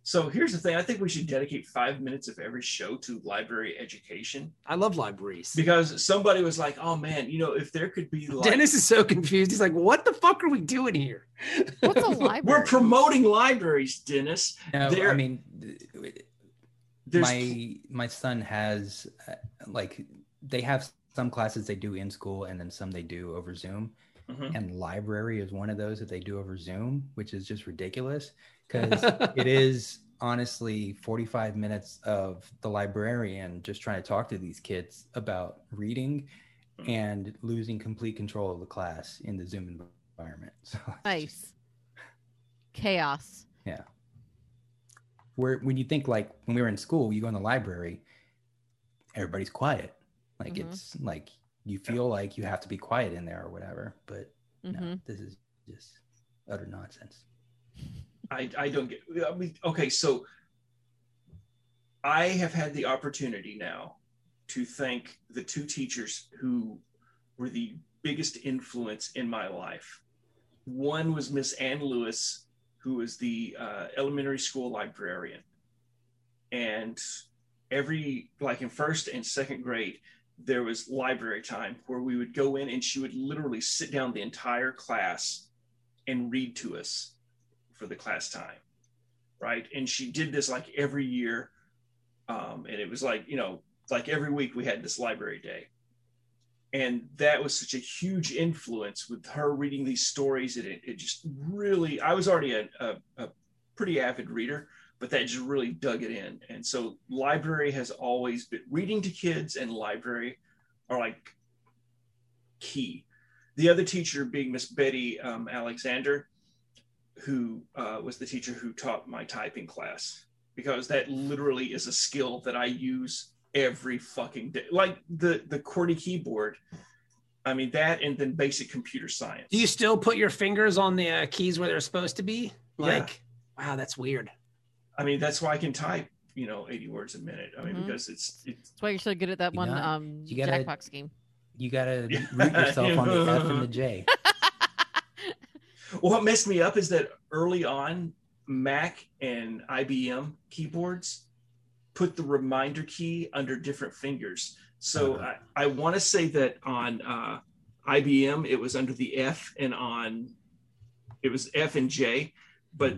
[SPEAKER 5] So here's the thing: I think we should dedicate five minutes of every show to library education
[SPEAKER 3] I love libraries.
[SPEAKER 5] because somebody was like, "Oh man, you know, if there could be like,
[SPEAKER 3] Dennis is so confused. He's like, "What the fuck are we doing here?"
[SPEAKER 4] What's a library?
[SPEAKER 5] we're promoting libraries, Dennis."
[SPEAKER 6] No,
[SPEAKER 5] There-
[SPEAKER 6] I mean, th-
[SPEAKER 5] There's
[SPEAKER 6] my my son has uh, like they have some classes they do in school and then some they do over Zoom.
[SPEAKER 5] Mhm.
[SPEAKER 6] And library is one of those that they do over Zoom, which is just ridiculous because it is honestly 45 minutes of the librarian just trying to talk to these kids about reading
[SPEAKER 5] Mm-hmm.
[SPEAKER 6] and losing complete control of the class in the Zoom environment. So it's just-
[SPEAKER 4] nice. Chaos.
[SPEAKER 6] where when you think like when we were in school, you go in the library, everybody's quiet. Like
[SPEAKER 3] Mm-hmm.
[SPEAKER 4] Mhm.
[SPEAKER 6] it's like you feel like you have to be quiet in there or whatever. But
[SPEAKER 4] hmm
[SPEAKER 3] Mm-hmm.
[SPEAKER 6] no, this is just utter nonsense.
[SPEAKER 5] I, I don't get. I mean, okay, so I have had the opportunity now to thank the two teachers who were the biggest influence in my life. One was Miss Ann Lewis, who was the uh, elementary school librarian, and every like in first and second grade there was library time where we would go in and she would literally sit down the entire class and read to us for the class time right and she did this like every year um, and it was like you know like every week we had this library day and that was such a huge influence with her reading these stories and it, it just really i was already a, a, a pretty avid reader but that just really dug it in and so library has always been reading to kids and library are like key the other teacher being miss betty um, alexander who uh, was the teacher who taught my typing class because that literally is a skill that I use every fucking day. Like the the QWERTY keyboard. I mean that, and then basic computer science.
[SPEAKER 3] Do you still put your fingers on the uh, keys where they're supposed to be?
[SPEAKER 5] Yeah.
[SPEAKER 3] Like, wow, that's weird.
[SPEAKER 5] I mean that's why I can type you know 80 words a minute. I mean
[SPEAKER 3] Mm-hmm.
[SPEAKER 4] Mhm.
[SPEAKER 5] because it's, it's
[SPEAKER 4] That's why you're so good at that
[SPEAKER 6] You
[SPEAKER 4] one
[SPEAKER 6] gotta-
[SPEAKER 4] um,
[SPEAKER 6] you gotta-
[SPEAKER 4] Jackbox game.
[SPEAKER 6] You gotta root yourself on the F and the J.
[SPEAKER 5] what messed me up is that early on Mac and IBM keyboards put the reminder key under different fingers. So
[SPEAKER 6] Uh-huh.
[SPEAKER 5] I, I want to say that on uh, IBM it was under the F, and on it was F and J, but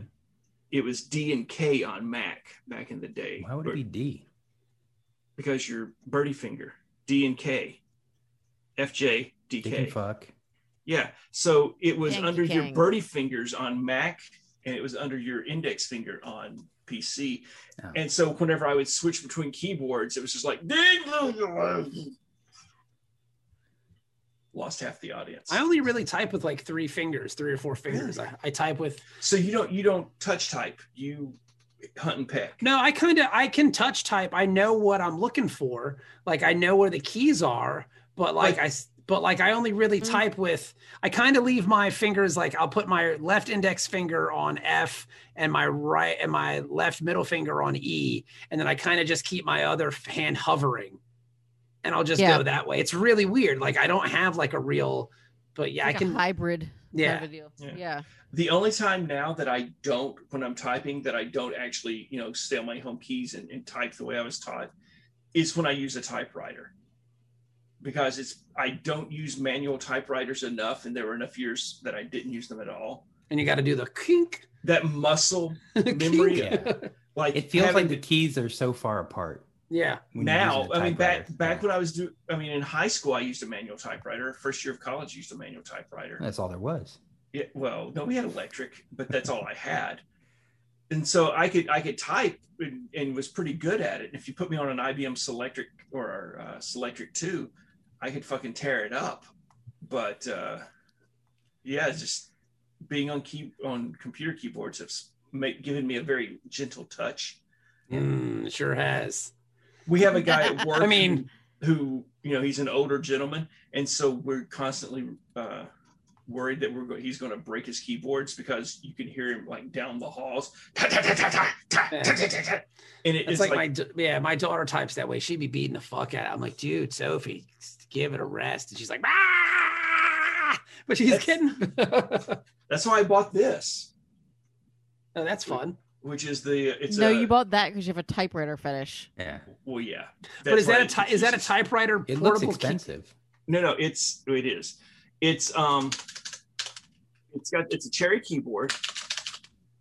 [SPEAKER 5] it was D and K on Mac back in the day.
[SPEAKER 6] Why would it be D?
[SPEAKER 5] Because your birdie finger, D and K, FJ,
[SPEAKER 6] Dick and
[SPEAKER 5] DK.
[SPEAKER 6] fuck.
[SPEAKER 5] Yeah. So it was
[SPEAKER 4] Yankee
[SPEAKER 5] under your
[SPEAKER 4] Kang.
[SPEAKER 5] birdie fingers on Mac and it was under your index finger on PC.
[SPEAKER 6] Oh.
[SPEAKER 5] And so whenever I would switch between keyboards, it was just like ding. Lost half the audience.
[SPEAKER 3] I only really type with like three fingers, three or four fingers. I, I type with
[SPEAKER 5] So you don't you don't touch type. You hunt and peck.
[SPEAKER 3] No, I kind of I can touch type. I know what I'm looking for. Like I know where the keys are, but like I s- but like I only really
[SPEAKER 4] Mm.
[SPEAKER 3] type with I kind of leave my fingers like I'll put my left index finger on F and my right and my left middle finger on E and then I kind of just keep my other f- hand hovering. And I'll just
[SPEAKER 4] Yeah.
[SPEAKER 3] go that way. It's really weird. Like I don't have like a real but yeah,
[SPEAKER 4] like
[SPEAKER 3] I can
[SPEAKER 4] a hybrid
[SPEAKER 3] yeah.
[SPEAKER 4] kind of a deal.
[SPEAKER 5] Yeah.
[SPEAKER 4] Yeah.
[SPEAKER 5] The only time now that I don't, when I'm typing, that I don't actually, you know, stay on my home keys and, and type the way I was taught is when I use a typewriter. Because it's, I don't use manual typewriters enough. And there were enough years that I didn't use them at all.
[SPEAKER 3] and you got to do the kink.
[SPEAKER 5] That muscle memory,
[SPEAKER 6] Yeah.
[SPEAKER 5] like
[SPEAKER 6] It feels like
[SPEAKER 5] having
[SPEAKER 6] the keys are so far apart.
[SPEAKER 3] Yeah.
[SPEAKER 6] when you're
[SPEAKER 5] now,
[SPEAKER 6] using a
[SPEAKER 5] I mean, back,
[SPEAKER 6] typewriter.
[SPEAKER 5] back
[SPEAKER 6] Yeah.
[SPEAKER 5] when I was doing, I mean, in high school, I used a manual typewriter. First year of college, used a manual typewriter.
[SPEAKER 6] that's all there was.
[SPEAKER 5] Yeah, well, no, we had electric, but that's all I had. And so I could I could type and, and was pretty good at it. If you put me on an IBM Selectric or uh, Selectric two, I could fucking tear it up. But uh, yeah, it's just being on key on computer keyboards has made, given me a very gentle touch.
[SPEAKER 3] Mm, it sure has.
[SPEAKER 5] We have a guy at work.
[SPEAKER 3] I mean,
[SPEAKER 5] who you know he's an older gentleman and so we're constantly uh worried that we're go- he's going to break his keyboards because you can hear him like down the halls Ta, ta, ta, ta, ta, ta, ta, ta, ta, ta. and it-
[SPEAKER 3] It's
[SPEAKER 5] it's
[SPEAKER 3] like,
[SPEAKER 5] like,
[SPEAKER 3] my da- yeah, my daughter types that way. She'd be beating the fuck out. I'm like, dude, Sophie, just give it a rest. And she's like, ah! but she's
[SPEAKER 5] That's-
[SPEAKER 3] kidding. no,
[SPEAKER 5] that's why i bought this
[SPEAKER 3] that's fun.
[SPEAKER 5] which is the it's
[SPEAKER 4] no,
[SPEAKER 5] a,
[SPEAKER 4] you bought that because you have a typewriter fetish.
[SPEAKER 6] Yeah.
[SPEAKER 5] well yeah
[SPEAKER 3] but is
[SPEAKER 5] That's why
[SPEAKER 3] that a
[SPEAKER 5] it
[SPEAKER 3] ty- is that a
[SPEAKER 5] confuses-
[SPEAKER 3] typewriter
[SPEAKER 6] It looks
[SPEAKER 3] portable key?
[SPEAKER 6] expensive.
[SPEAKER 5] no no it's it is it's um it's got it's a cherry keyboard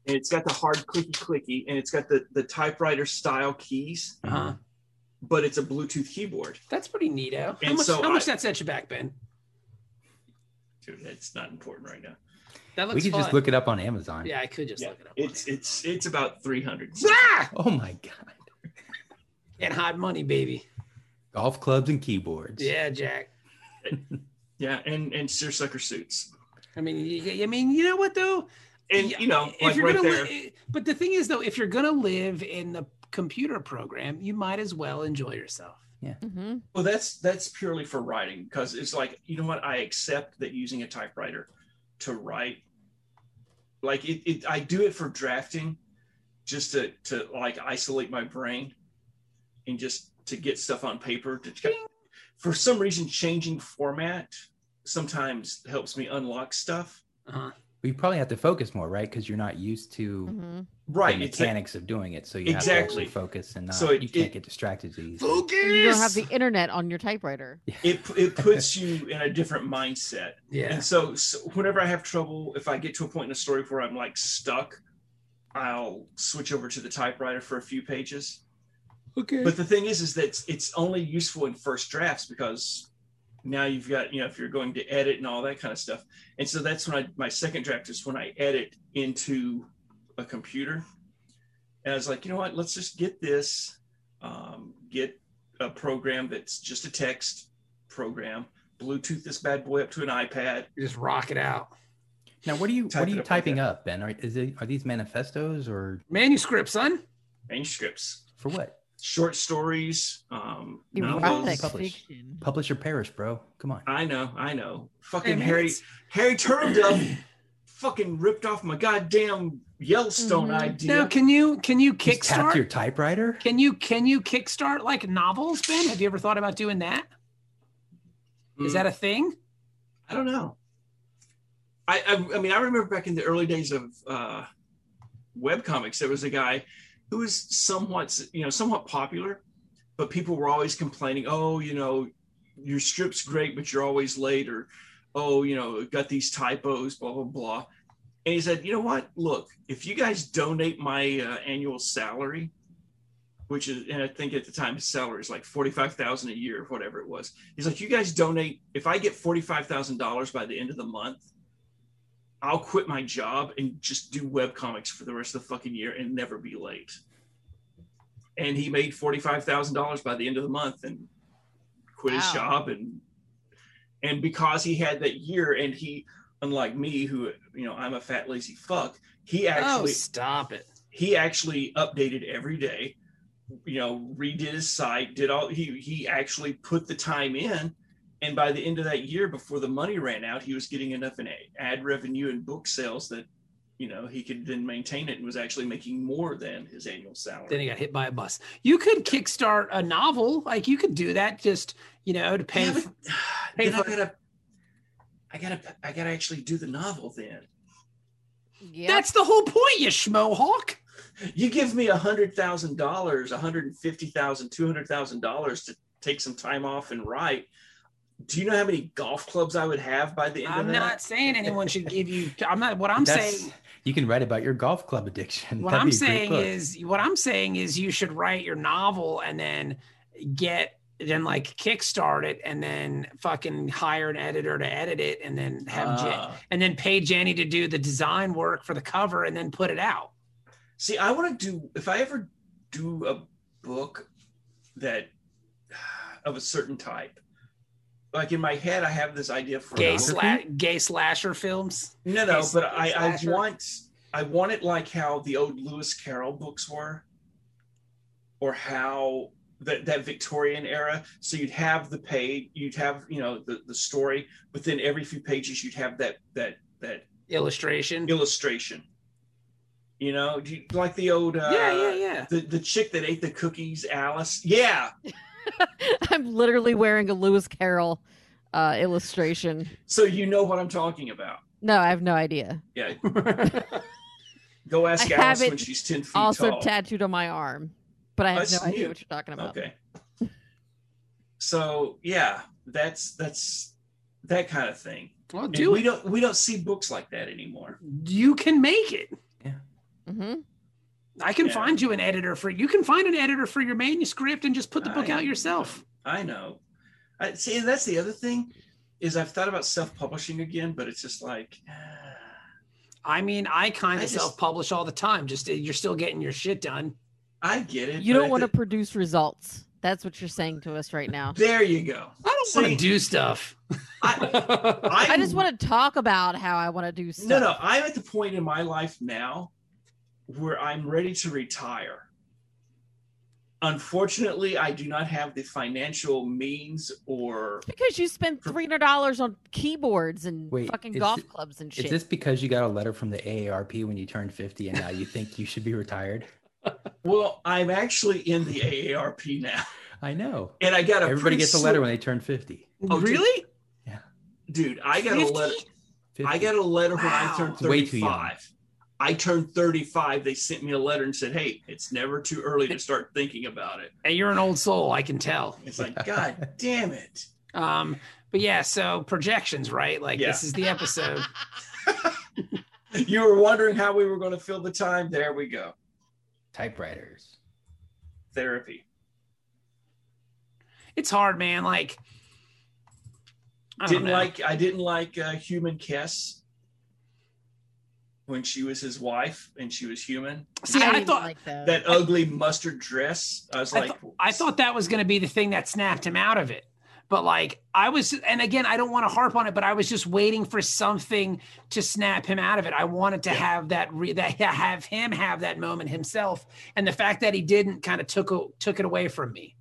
[SPEAKER 5] and it's got the hard clicky clicky and it's got the the typewriter style keys
[SPEAKER 3] Uh-huh.
[SPEAKER 5] but it's a bluetooth keyboard
[SPEAKER 3] That's pretty neato. How
[SPEAKER 5] And
[SPEAKER 3] much?
[SPEAKER 5] so
[SPEAKER 3] how much
[SPEAKER 5] I-
[SPEAKER 3] that set you back, Ben?
[SPEAKER 5] Dude, it's not important right now.
[SPEAKER 3] That looks
[SPEAKER 6] We could
[SPEAKER 3] fun.
[SPEAKER 6] just look it up on Amazon.
[SPEAKER 3] yeah, I could just
[SPEAKER 5] Yeah,
[SPEAKER 3] look it up. on
[SPEAKER 5] It's
[SPEAKER 3] here.
[SPEAKER 5] it's it's about three hundred.
[SPEAKER 3] ah!
[SPEAKER 6] Oh my god.
[SPEAKER 3] Can't hide money, baby.
[SPEAKER 6] Golf clubs and keyboards.
[SPEAKER 3] Yeah, Jack.
[SPEAKER 5] Yeah, and and seersucker suits.
[SPEAKER 3] I mean, you, I mean, you know what though?
[SPEAKER 5] And
[SPEAKER 3] Yeah,
[SPEAKER 5] you know,
[SPEAKER 3] if
[SPEAKER 5] like
[SPEAKER 3] you're
[SPEAKER 5] right
[SPEAKER 3] gonna
[SPEAKER 5] there.
[SPEAKER 3] li- eh, but the thing is though, if you're gonna live in the computer program, you might as well enjoy yourself.
[SPEAKER 4] Mm-hmm.
[SPEAKER 5] well, that's that's purely for writing because it's like you know what I accept that using a typewriter to write, like it, it I do it for drafting, just to to like isolate my brain, and just to get stuff on paper. To for some reason, changing format sometimes helps me unlock stuff.
[SPEAKER 3] Uh-huh.
[SPEAKER 6] We probably have to focus more, right? Because you're not used to
[SPEAKER 4] Mm-hmm.
[SPEAKER 5] Right,
[SPEAKER 6] the
[SPEAKER 5] it's that-
[SPEAKER 6] mechanics of doing it. So you have to
[SPEAKER 5] Exactly.
[SPEAKER 6] actually focus and not,
[SPEAKER 5] So it-
[SPEAKER 6] you can't
[SPEAKER 5] it-
[SPEAKER 6] get distracted too easily.
[SPEAKER 3] Focus.
[SPEAKER 4] You don't have the internet on your typewriter.
[SPEAKER 5] it it puts you in a different mindset.
[SPEAKER 3] yeah.
[SPEAKER 5] And so, so whenever I have trouble, if I get to a point in a story where I'm like stuck, I'll switch over to the typewriter for a few pages.
[SPEAKER 3] Okay.
[SPEAKER 5] But the thing is, is that it's, it's only useful in first drafts because now you've got, you know, if you're going to edit and all that kind of stuff. And so that's when I, my second draft is when I edit into a computer. And I was like, you know what, let's just get this, um, get a program that's just a text program, Bluetooth this bad boy up to an iPad.
[SPEAKER 3] You just rock it out.
[SPEAKER 6] Now, what are you
[SPEAKER 5] Type
[SPEAKER 6] what are
[SPEAKER 5] it
[SPEAKER 6] you
[SPEAKER 5] up like
[SPEAKER 6] typing
[SPEAKER 5] that.
[SPEAKER 6] up, Ben? Are, is it are these manifestos or
[SPEAKER 3] Manuscript, son.
[SPEAKER 5] manuscripts,
[SPEAKER 6] for what?
[SPEAKER 5] short stories, um,
[SPEAKER 4] Erotic
[SPEAKER 5] novels.
[SPEAKER 6] publish.
[SPEAKER 4] fiction.
[SPEAKER 6] Publish or perish, bro. Come
[SPEAKER 3] Uh,
[SPEAKER 6] on.
[SPEAKER 5] I know, I know.
[SPEAKER 3] Hey,
[SPEAKER 5] Fucking
[SPEAKER 3] man,
[SPEAKER 5] Harry,
[SPEAKER 3] it's-
[SPEAKER 5] Harry Turduff, fucking ripped off my goddamn Yellowstone
[SPEAKER 3] Mm-hmm.
[SPEAKER 4] Mhm.
[SPEAKER 5] idea.
[SPEAKER 3] Now, can you can you
[SPEAKER 6] Just tap
[SPEAKER 3] kickstart?
[SPEAKER 6] your typewriter.
[SPEAKER 3] Can you can you kickstart like novels, Ben? Have you ever thought about doing that? Is
[SPEAKER 5] Mm,
[SPEAKER 3] that a thing?
[SPEAKER 5] I don't know. I, I, I mean, I remember back in the early days of uh, webcomics, there was a guy who was somewhat, you know, somewhat popular, but people were always complaining, oh, you know, your strip's great, but you're always late, or oh, you know, got these typos, blah, blah, blah. And he said, you know what? Look, if you guys donate my uh, annual salary, which is, and I think at the time his salary is like 45,000 a year, whatever it was. He's like, you guys donate, if I get $45,000 by the end of the month, I'll quit my job and just do web comics for the rest of the fucking year and never be late. And he made $45,000 by the end of the month and quit his
[SPEAKER 4] Wow.
[SPEAKER 5] job and and because he had that year and he unlike me who you know i'm a fat lazy fuck he
[SPEAKER 3] oh,
[SPEAKER 5] actually
[SPEAKER 3] stop it.
[SPEAKER 5] he actually updated every day you know redid his site did all he he actually put the time in and by the end of that year before the money ran out he was getting enough in a- ad revenue and book sales that you know he could then maintain it and was actually making more than his annual salary
[SPEAKER 3] Then he got hit by a bus. You could kickstart a novel. Like you could do that just, you know, to pay
[SPEAKER 5] Yeah,
[SPEAKER 3] for,
[SPEAKER 5] but-
[SPEAKER 3] pay
[SPEAKER 5] then I
[SPEAKER 3] for-
[SPEAKER 5] gotta i gotta i gotta actually do the novel then
[SPEAKER 4] Yeah.
[SPEAKER 3] That's the whole point, you schmohawk.
[SPEAKER 5] you give me a hundred thousand dollars a hundred and fifty thousand two hundred thousand dollars to take some time off and write do you know how many golf clubs i would have by the end
[SPEAKER 3] I'm
[SPEAKER 5] of
[SPEAKER 3] not
[SPEAKER 5] that
[SPEAKER 3] saying anyone should give you. I'm not. What I'm
[SPEAKER 6] That's-
[SPEAKER 3] saying.
[SPEAKER 6] you can write about your golf club addiction.
[SPEAKER 3] What
[SPEAKER 6] That'd
[SPEAKER 3] I'm
[SPEAKER 6] be a great
[SPEAKER 3] saying
[SPEAKER 6] book.
[SPEAKER 3] is. What I'm saying is you should write your novel and then get then like kickstart it and then fucking hire an editor to edit it and then have Jan-
[SPEAKER 5] Ah.
[SPEAKER 3] and then pay Jenny to do the design work for the cover and then put it out.
[SPEAKER 5] see i want to do if i ever do a book that of a certain type like in my head i have this idea for
[SPEAKER 3] Gay
[SPEAKER 5] novel.
[SPEAKER 3] sla- gay slasher films.
[SPEAKER 5] No, no,
[SPEAKER 3] It's-
[SPEAKER 5] but
[SPEAKER 3] it's
[SPEAKER 5] I, I
[SPEAKER 3] slasher.
[SPEAKER 5] want I want it like how the old Lewis Carroll books were, or how that that Victorian era. So you'd have the page, you'd have you know the the story, but then every few pages you'd have that that that
[SPEAKER 4] Mm.
[SPEAKER 3] Illustration.
[SPEAKER 5] illustration. You know, do you, like the old uh,
[SPEAKER 3] yeah, yeah, yeah.
[SPEAKER 5] the the chick that ate the cookies, Alice. Yeah,
[SPEAKER 4] I'm literally wearing a Lewis Carroll uh, illustration.
[SPEAKER 5] so you know what I'm talking about.
[SPEAKER 4] No, I have no idea.
[SPEAKER 5] Yeah, go ask
[SPEAKER 4] I have
[SPEAKER 5] Alice
[SPEAKER 4] it
[SPEAKER 5] when she's ten feet
[SPEAKER 4] also
[SPEAKER 5] tall.
[SPEAKER 4] tattooed on my arm, but I have
[SPEAKER 5] That's
[SPEAKER 4] no idea
[SPEAKER 5] neat.
[SPEAKER 4] what you're talking about.
[SPEAKER 5] Okay. So yeah, that's that's that kind of thing.
[SPEAKER 3] well,
[SPEAKER 5] And
[SPEAKER 3] do
[SPEAKER 5] we
[SPEAKER 3] it.
[SPEAKER 5] don't we don't see books like that anymore.
[SPEAKER 3] You can make it.
[SPEAKER 4] hmm
[SPEAKER 3] I can
[SPEAKER 5] Yeah.
[SPEAKER 3] find you an editor for you can find an editor for your manuscript and just put the book
[SPEAKER 5] I-
[SPEAKER 3] out yourself.
[SPEAKER 5] I know. I see. And that's the other thing is I've thought about self-publishing again, but it's just like
[SPEAKER 3] I mean, I kind
[SPEAKER 5] I
[SPEAKER 3] of
[SPEAKER 5] just-
[SPEAKER 3] self-publish all the time. Just uh, you're still getting your shit done.
[SPEAKER 5] I get it.
[SPEAKER 4] You
[SPEAKER 5] but
[SPEAKER 4] don't
[SPEAKER 5] at
[SPEAKER 4] want to
[SPEAKER 5] the-
[SPEAKER 4] produce results. That's what you're saying to us right now.
[SPEAKER 5] There you go.
[SPEAKER 3] I don't want to
[SPEAKER 5] See-
[SPEAKER 3] do stuff.
[SPEAKER 5] I,
[SPEAKER 4] I just want to talk about how I want to do stuff.
[SPEAKER 5] No, no. I'm at the point in my life now where I'm ready to retire. Unfortunately, I do not have the financial means or
[SPEAKER 4] Because you spend three hundred dollars on keyboards and
[SPEAKER 6] Wait,
[SPEAKER 4] fucking
[SPEAKER 6] is
[SPEAKER 4] golf
[SPEAKER 6] thi-
[SPEAKER 4] clubs and
[SPEAKER 6] Is
[SPEAKER 4] shit.
[SPEAKER 6] this because you got a letter from the AARP when you turned 50 and now you think you should be retired?
[SPEAKER 5] Well, I'm actually in the AARP now,
[SPEAKER 6] I know.
[SPEAKER 5] and I got a
[SPEAKER 6] Everybody
[SPEAKER 5] pretty
[SPEAKER 6] gets a
[SPEAKER 5] slick-
[SPEAKER 6] letter when they turn 50.
[SPEAKER 5] Oh, dude,
[SPEAKER 3] really?
[SPEAKER 5] dude. I got a
[SPEAKER 3] 50?
[SPEAKER 5] letter.
[SPEAKER 6] 50.
[SPEAKER 5] I got a letter when I
[SPEAKER 3] Wow.
[SPEAKER 5] turned
[SPEAKER 6] It's way too young.
[SPEAKER 5] 35. I turned 35. They sent me a letter and said, "Hey, it's never too early to start thinking about it."
[SPEAKER 3] Hey, you're an old soul, I can tell.
[SPEAKER 5] It's like, God damn it!
[SPEAKER 3] Um, but yeah, so projections, right? Like
[SPEAKER 5] Yeah.
[SPEAKER 3] this is the episode.
[SPEAKER 5] You were wondering how we were going to fill the time. There we go.
[SPEAKER 6] typewriters.
[SPEAKER 5] Therapy.
[SPEAKER 3] it's hard, man. Like I don't
[SPEAKER 5] Didn't
[SPEAKER 3] know.
[SPEAKER 5] like. I didn't like uh, human Kess when she was his wife and she was human.
[SPEAKER 3] See, I,
[SPEAKER 4] didn't
[SPEAKER 3] thought
[SPEAKER 4] like that.
[SPEAKER 5] That ugly mustard dress. I was
[SPEAKER 3] I
[SPEAKER 5] like,
[SPEAKER 3] I thought that was going to be the thing that snapped him out of it. But like I was, and again, I don't want to harp on it, but I was just waiting for something to snap him out of it. I wanted to have that, re- that have him have that moment himself, and the fact that he didn't kind of took a- took it away from me.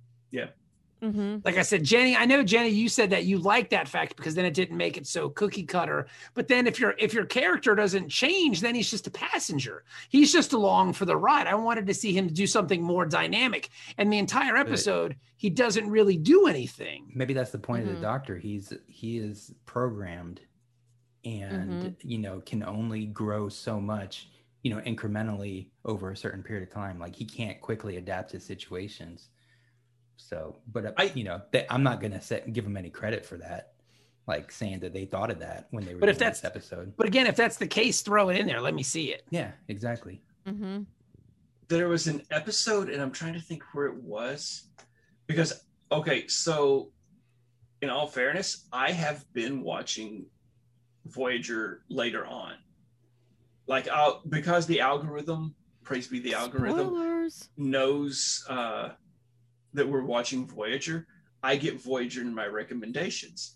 [SPEAKER 4] hmm
[SPEAKER 3] Like I said, Jenny, I know Jenny, you said that you liked that fact because then it didn't make it so cookie cutter. But then if your if your character doesn't change, then he's just a passenger. He's just along for the ride. I wanted to see him do something more dynamic. And the entire episode, he doesn't really do anything.
[SPEAKER 6] Maybe that's the point of
[SPEAKER 4] Mhm.
[SPEAKER 6] the doctor. He's he is programmed and you know can only grow so much you know, incrementally over a certain period of time. Like he can't quickly adapt to situations. So, but uh,
[SPEAKER 5] I-
[SPEAKER 6] you know, they, I'm not gonna set, give him any credit for that. Like saying that they thought of that when they were.
[SPEAKER 3] But if
[SPEAKER 6] doing this
[SPEAKER 3] that's-
[SPEAKER 6] episode,
[SPEAKER 3] But again, if that's the case, throw it in there. Let me see it.
[SPEAKER 6] yeah, exactly.
[SPEAKER 4] Mm-hmm.
[SPEAKER 5] there was an episode and i'm trying to think where it was because okay so in all fairness i have been watching voyager later on like I'll, because the algorithm praise be the algorithm
[SPEAKER 4] Spoilers.
[SPEAKER 5] knows uh, that we're watching Voyager, I get Voyager in my recommendations.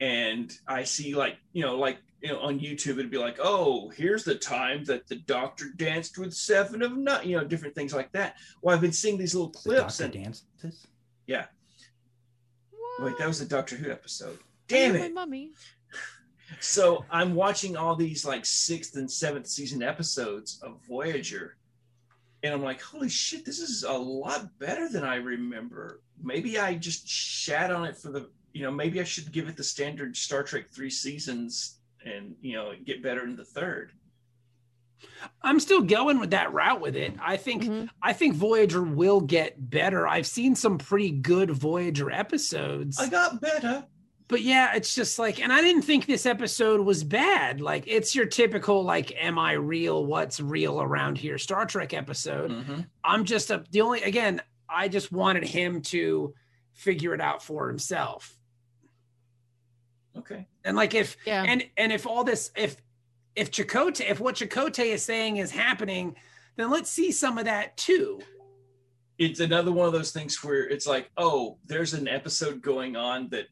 [SPEAKER 5] And I see, like, you know, like you know, on YouTube, it'd be like, oh, here's the time that the doctor danced with Seven of Nine, you know, different things like that. Well, I've been seeing these little
[SPEAKER 6] The
[SPEAKER 5] clips.
[SPEAKER 6] doctor
[SPEAKER 5] And
[SPEAKER 6] dances.
[SPEAKER 5] wait, that was a Doctor Who episode.
[SPEAKER 4] I need
[SPEAKER 5] Damn
[SPEAKER 4] My
[SPEAKER 5] it.
[SPEAKER 4] mummy.
[SPEAKER 5] So I'm watching all these like sixth and seventh season episodes of Voyager, and I'm like, holy shit, this is a lot better than I remember. Maybe I just shat on it for the, you know, maybe I should give it the standard Star Trek three seasons and, you know, get better in the third.
[SPEAKER 3] I'm still going with that route with it. I think
[SPEAKER 4] Mhm.
[SPEAKER 3] I think Voyager will get better. I've seen some pretty good Voyager episodes.
[SPEAKER 5] I got better.
[SPEAKER 3] but yeah, it's just like, and I didn't think this episode was bad. Like, it's your typical, like, am I real? What's real around here? Star Trek episode.
[SPEAKER 5] Mm.
[SPEAKER 3] I'm just a, the only, again, I just wanted him to figure it out for himself.
[SPEAKER 5] Okay.
[SPEAKER 3] And like, if,
[SPEAKER 4] Yeah.
[SPEAKER 3] and, and if all this, if, if Chakotay, if what Chakotay is saying is happening, then let's see some of that too.
[SPEAKER 5] It's another one of those things where it's like, oh, there's an episode going on that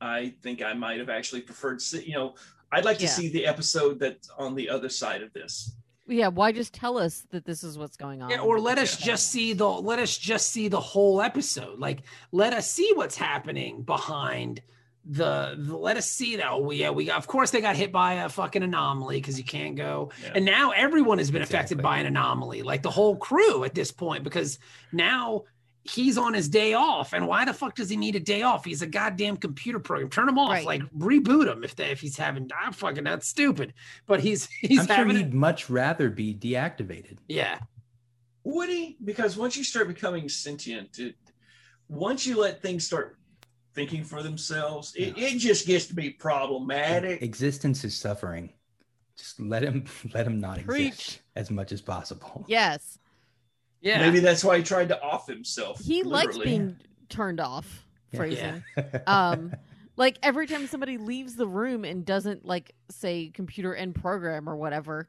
[SPEAKER 5] I think I might have actually preferred. se- You know, I'd like to
[SPEAKER 4] Yeah.
[SPEAKER 5] see the episode that's on the other side of this.
[SPEAKER 4] yeah. Why just tell us that this is what's going on?
[SPEAKER 3] Yeah, or let us just see the let us just see the whole episode. Like let us see what's happening behind the, the- let us see that oh, we yeah we got of course they got hit by a fucking anomaly because you can't go
[SPEAKER 5] Yeah.
[SPEAKER 3] and now everyone has been affected
[SPEAKER 6] Exactly.
[SPEAKER 3] by an anomaly like the whole crew at this point because now he's on his day off and why the fuck does he need a day off he's a goddamn computer program turn him off
[SPEAKER 4] Right.
[SPEAKER 3] like reboot him if they if he's having i'm fucking that's stupid but he's he's
[SPEAKER 6] I'm sure
[SPEAKER 3] having
[SPEAKER 6] he'd much rather be deactivated.
[SPEAKER 3] yeah
[SPEAKER 5] Would he? Because once you start becoming sentient, it, once you let things start thinking for themselves, it, it just gets to be problematic.
[SPEAKER 6] Existence is suffering. Just let him let him not
[SPEAKER 4] Preach.
[SPEAKER 6] exist as much as possible.
[SPEAKER 4] Yes.
[SPEAKER 3] yeah
[SPEAKER 5] Maybe that's why he tried to off himself.
[SPEAKER 4] He likes
[SPEAKER 5] literally.
[SPEAKER 4] being turned off.
[SPEAKER 6] Yeah.
[SPEAKER 4] Phrasing. Um, like every time somebody leaves the room and doesn't like say computer end program or whatever,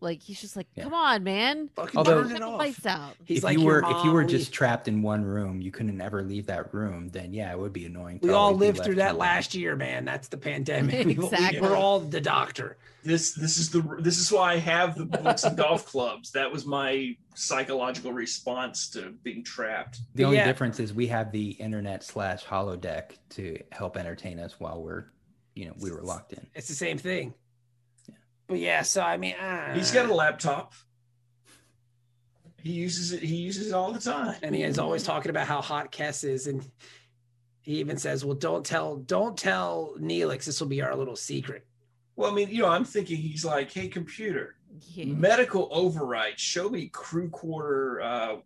[SPEAKER 4] like he's just like,
[SPEAKER 6] Yeah.
[SPEAKER 4] come on, man,
[SPEAKER 3] Fucking
[SPEAKER 6] Although-
[SPEAKER 3] turn
[SPEAKER 4] shut
[SPEAKER 3] it
[SPEAKER 4] the
[SPEAKER 3] off.
[SPEAKER 4] lights out.
[SPEAKER 3] He's
[SPEAKER 6] if
[SPEAKER 3] like
[SPEAKER 6] you
[SPEAKER 3] your
[SPEAKER 6] were if you were
[SPEAKER 3] mom,
[SPEAKER 6] just
[SPEAKER 3] we-
[SPEAKER 6] trapped in one room, you couldn't ever leave that room. Then yeah, it would be annoying.
[SPEAKER 3] we
[SPEAKER 6] to
[SPEAKER 3] all
[SPEAKER 6] always be
[SPEAKER 3] lived
[SPEAKER 6] left
[SPEAKER 3] through that
[SPEAKER 6] alone.
[SPEAKER 3] last year, man. That's the pandemic.
[SPEAKER 4] Exactly.
[SPEAKER 3] We, are all the doctor.
[SPEAKER 5] this. This is the. This is why I have the books and golf clubs. That was my psychological response to being trapped.
[SPEAKER 6] The only
[SPEAKER 3] Yeah.
[SPEAKER 6] difference is we have the internet slash holodeck to help entertain us while we're, you know, we were locked in.
[SPEAKER 3] It's the same thing. But yeah, so I mean, uh,
[SPEAKER 5] He's got a laptop. He uses it. He uses it all the time.
[SPEAKER 3] and he is always talking about how hot Kess is, and he even says, "Well, don't tell, don't tell Neelix. This will be our little secret."
[SPEAKER 5] Well, I mean, you know, I'm thinking he's like, hey, computer,
[SPEAKER 4] Yeah.
[SPEAKER 5] medical override. Show me crew quarter uh,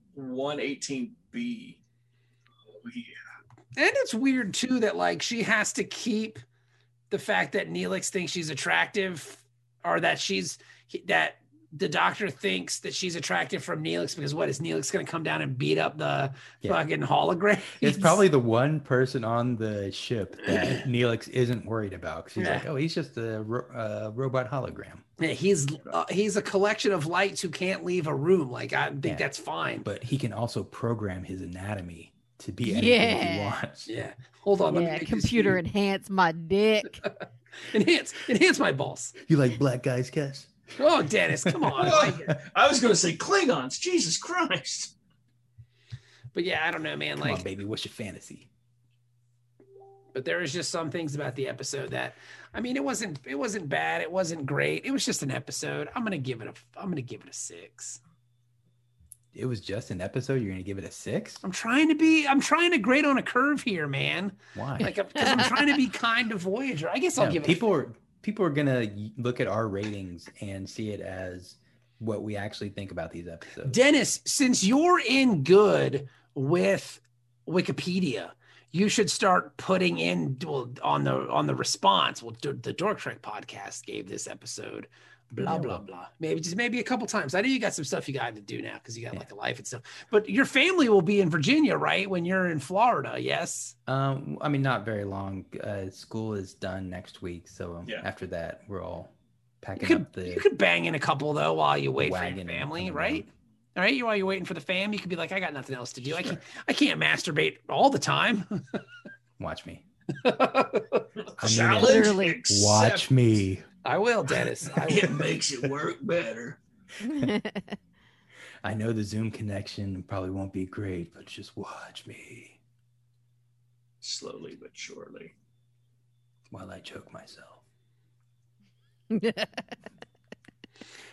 [SPEAKER 5] 118B. Oh, yeah.
[SPEAKER 3] And it's weird too that like she has to keep the fact that Neelix thinks she's attractive or that she's that the doctor thinks that she's attractive from Neelix because what is Neelix going to come down and beat up the
[SPEAKER 6] Yeah.
[SPEAKER 3] fucking hologram?
[SPEAKER 6] It's probably the one person on the ship that Neelix isn't worried about because he's
[SPEAKER 3] Yeah.
[SPEAKER 6] like, oh, he's just a ro- uh, robot hologram.
[SPEAKER 3] Yeah, he's uh, he's a collection of lights who can't leave a room. Like I think
[SPEAKER 6] Yeah.
[SPEAKER 3] that's fine. But
[SPEAKER 6] But he can also program his anatomy to be anything he
[SPEAKER 4] Yeah.
[SPEAKER 6] wants.
[SPEAKER 3] yeah, hold on.
[SPEAKER 4] Yeah,
[SPEAKER 3] make this
[SPEAKER 4] computer
[SPEAKER 3] huge.
[SPEAKER 4] enhance my dick.
[SPEAKER 3] enhance enhance my balls.
[SPEAKER 6] You like black guys, Cass?
[SPEAKER 3] Oh, Dennis, come on.
[SPEAKER 5] Well, I was going to say Klingons. Jesus Christ.
[SPEAKER 3] but yeah, I don't know, man.
[SPEAKER 6] Come
[SPEAKER 3] Like
[SPEAKER 6] on, baby, what's your fantasy?
[SPEAKER 3] but there was just some things about the episode that i mean it wasn't it wasn't bad it wasn't great it was just an episode i'm gonna give it a i'm gonna give it a six
[SPEAKER 6] It was just an episode. You're gonna give it a six?
[SPEAKER 3] i'm trying to be i'm trying to grade on a curve here man
[SPEAKER 6] Why?
[SPEAKER 3] like because i'm trying to be kind to voyager i guess i'll
[SPEAKER 6] No,
[SPEAKER 3] give it a-
[SPEAKER 6] people are people are gonna y- look at our ratings and see it as what we actually think about these episodes.
[SPEAKER 3] Dennis, since you're in good with Wikipedia, you should start putting in well, on the on the response. Well, D- the Dork Trek podcast gave this episode blah blah blah. Maybe just maybe a couple times. I know you got some stuff you got to do now because you got like a life and stuff. But your family will be in Virginia, right? When you're in Florida, yes.
[SPEAKER 6] Um, I mean, not very long. Uh, school is done next week, so
[SPEAKER 5] Yeah.
[SPEAKER 6] after that, we're all
[SPEAKER 3] You
[SPEAKER 6] packing
[SPEAKER 3] could
[SPEAKER 6] up the
[SPEAKER 3] you could bang in a couple though while you wait for your
[SPEAKER 6] wagon and
[SPEAKER 3] family,
[SPEAKER 6] coming
[SPEAKER 3] right?
[SPEAKER 6] down.
[SPEAKER 3] All right, you while you're waiting for the fam, you could be like, I got nothing else to do. I can't I can't masturbate all the time.
[SPEAKER 6] Watch me.
[SPEAKER 5] I
[SPEAKER 6] Challenge
[SPEAKER 4] Literally.
[SPEAKER 5] accepted.
[SPEAKER 6] Watch me.
[SPEAKER 3] I will, Dennis. I will.
[SPEAKER 5] It makes it work better.
[SPEAKER 6] I know the Zoom connection probably won't be great, but just watch me
[SPEAKER 5] Slowly but surely.
[SPEAKER 6] while I choke myself.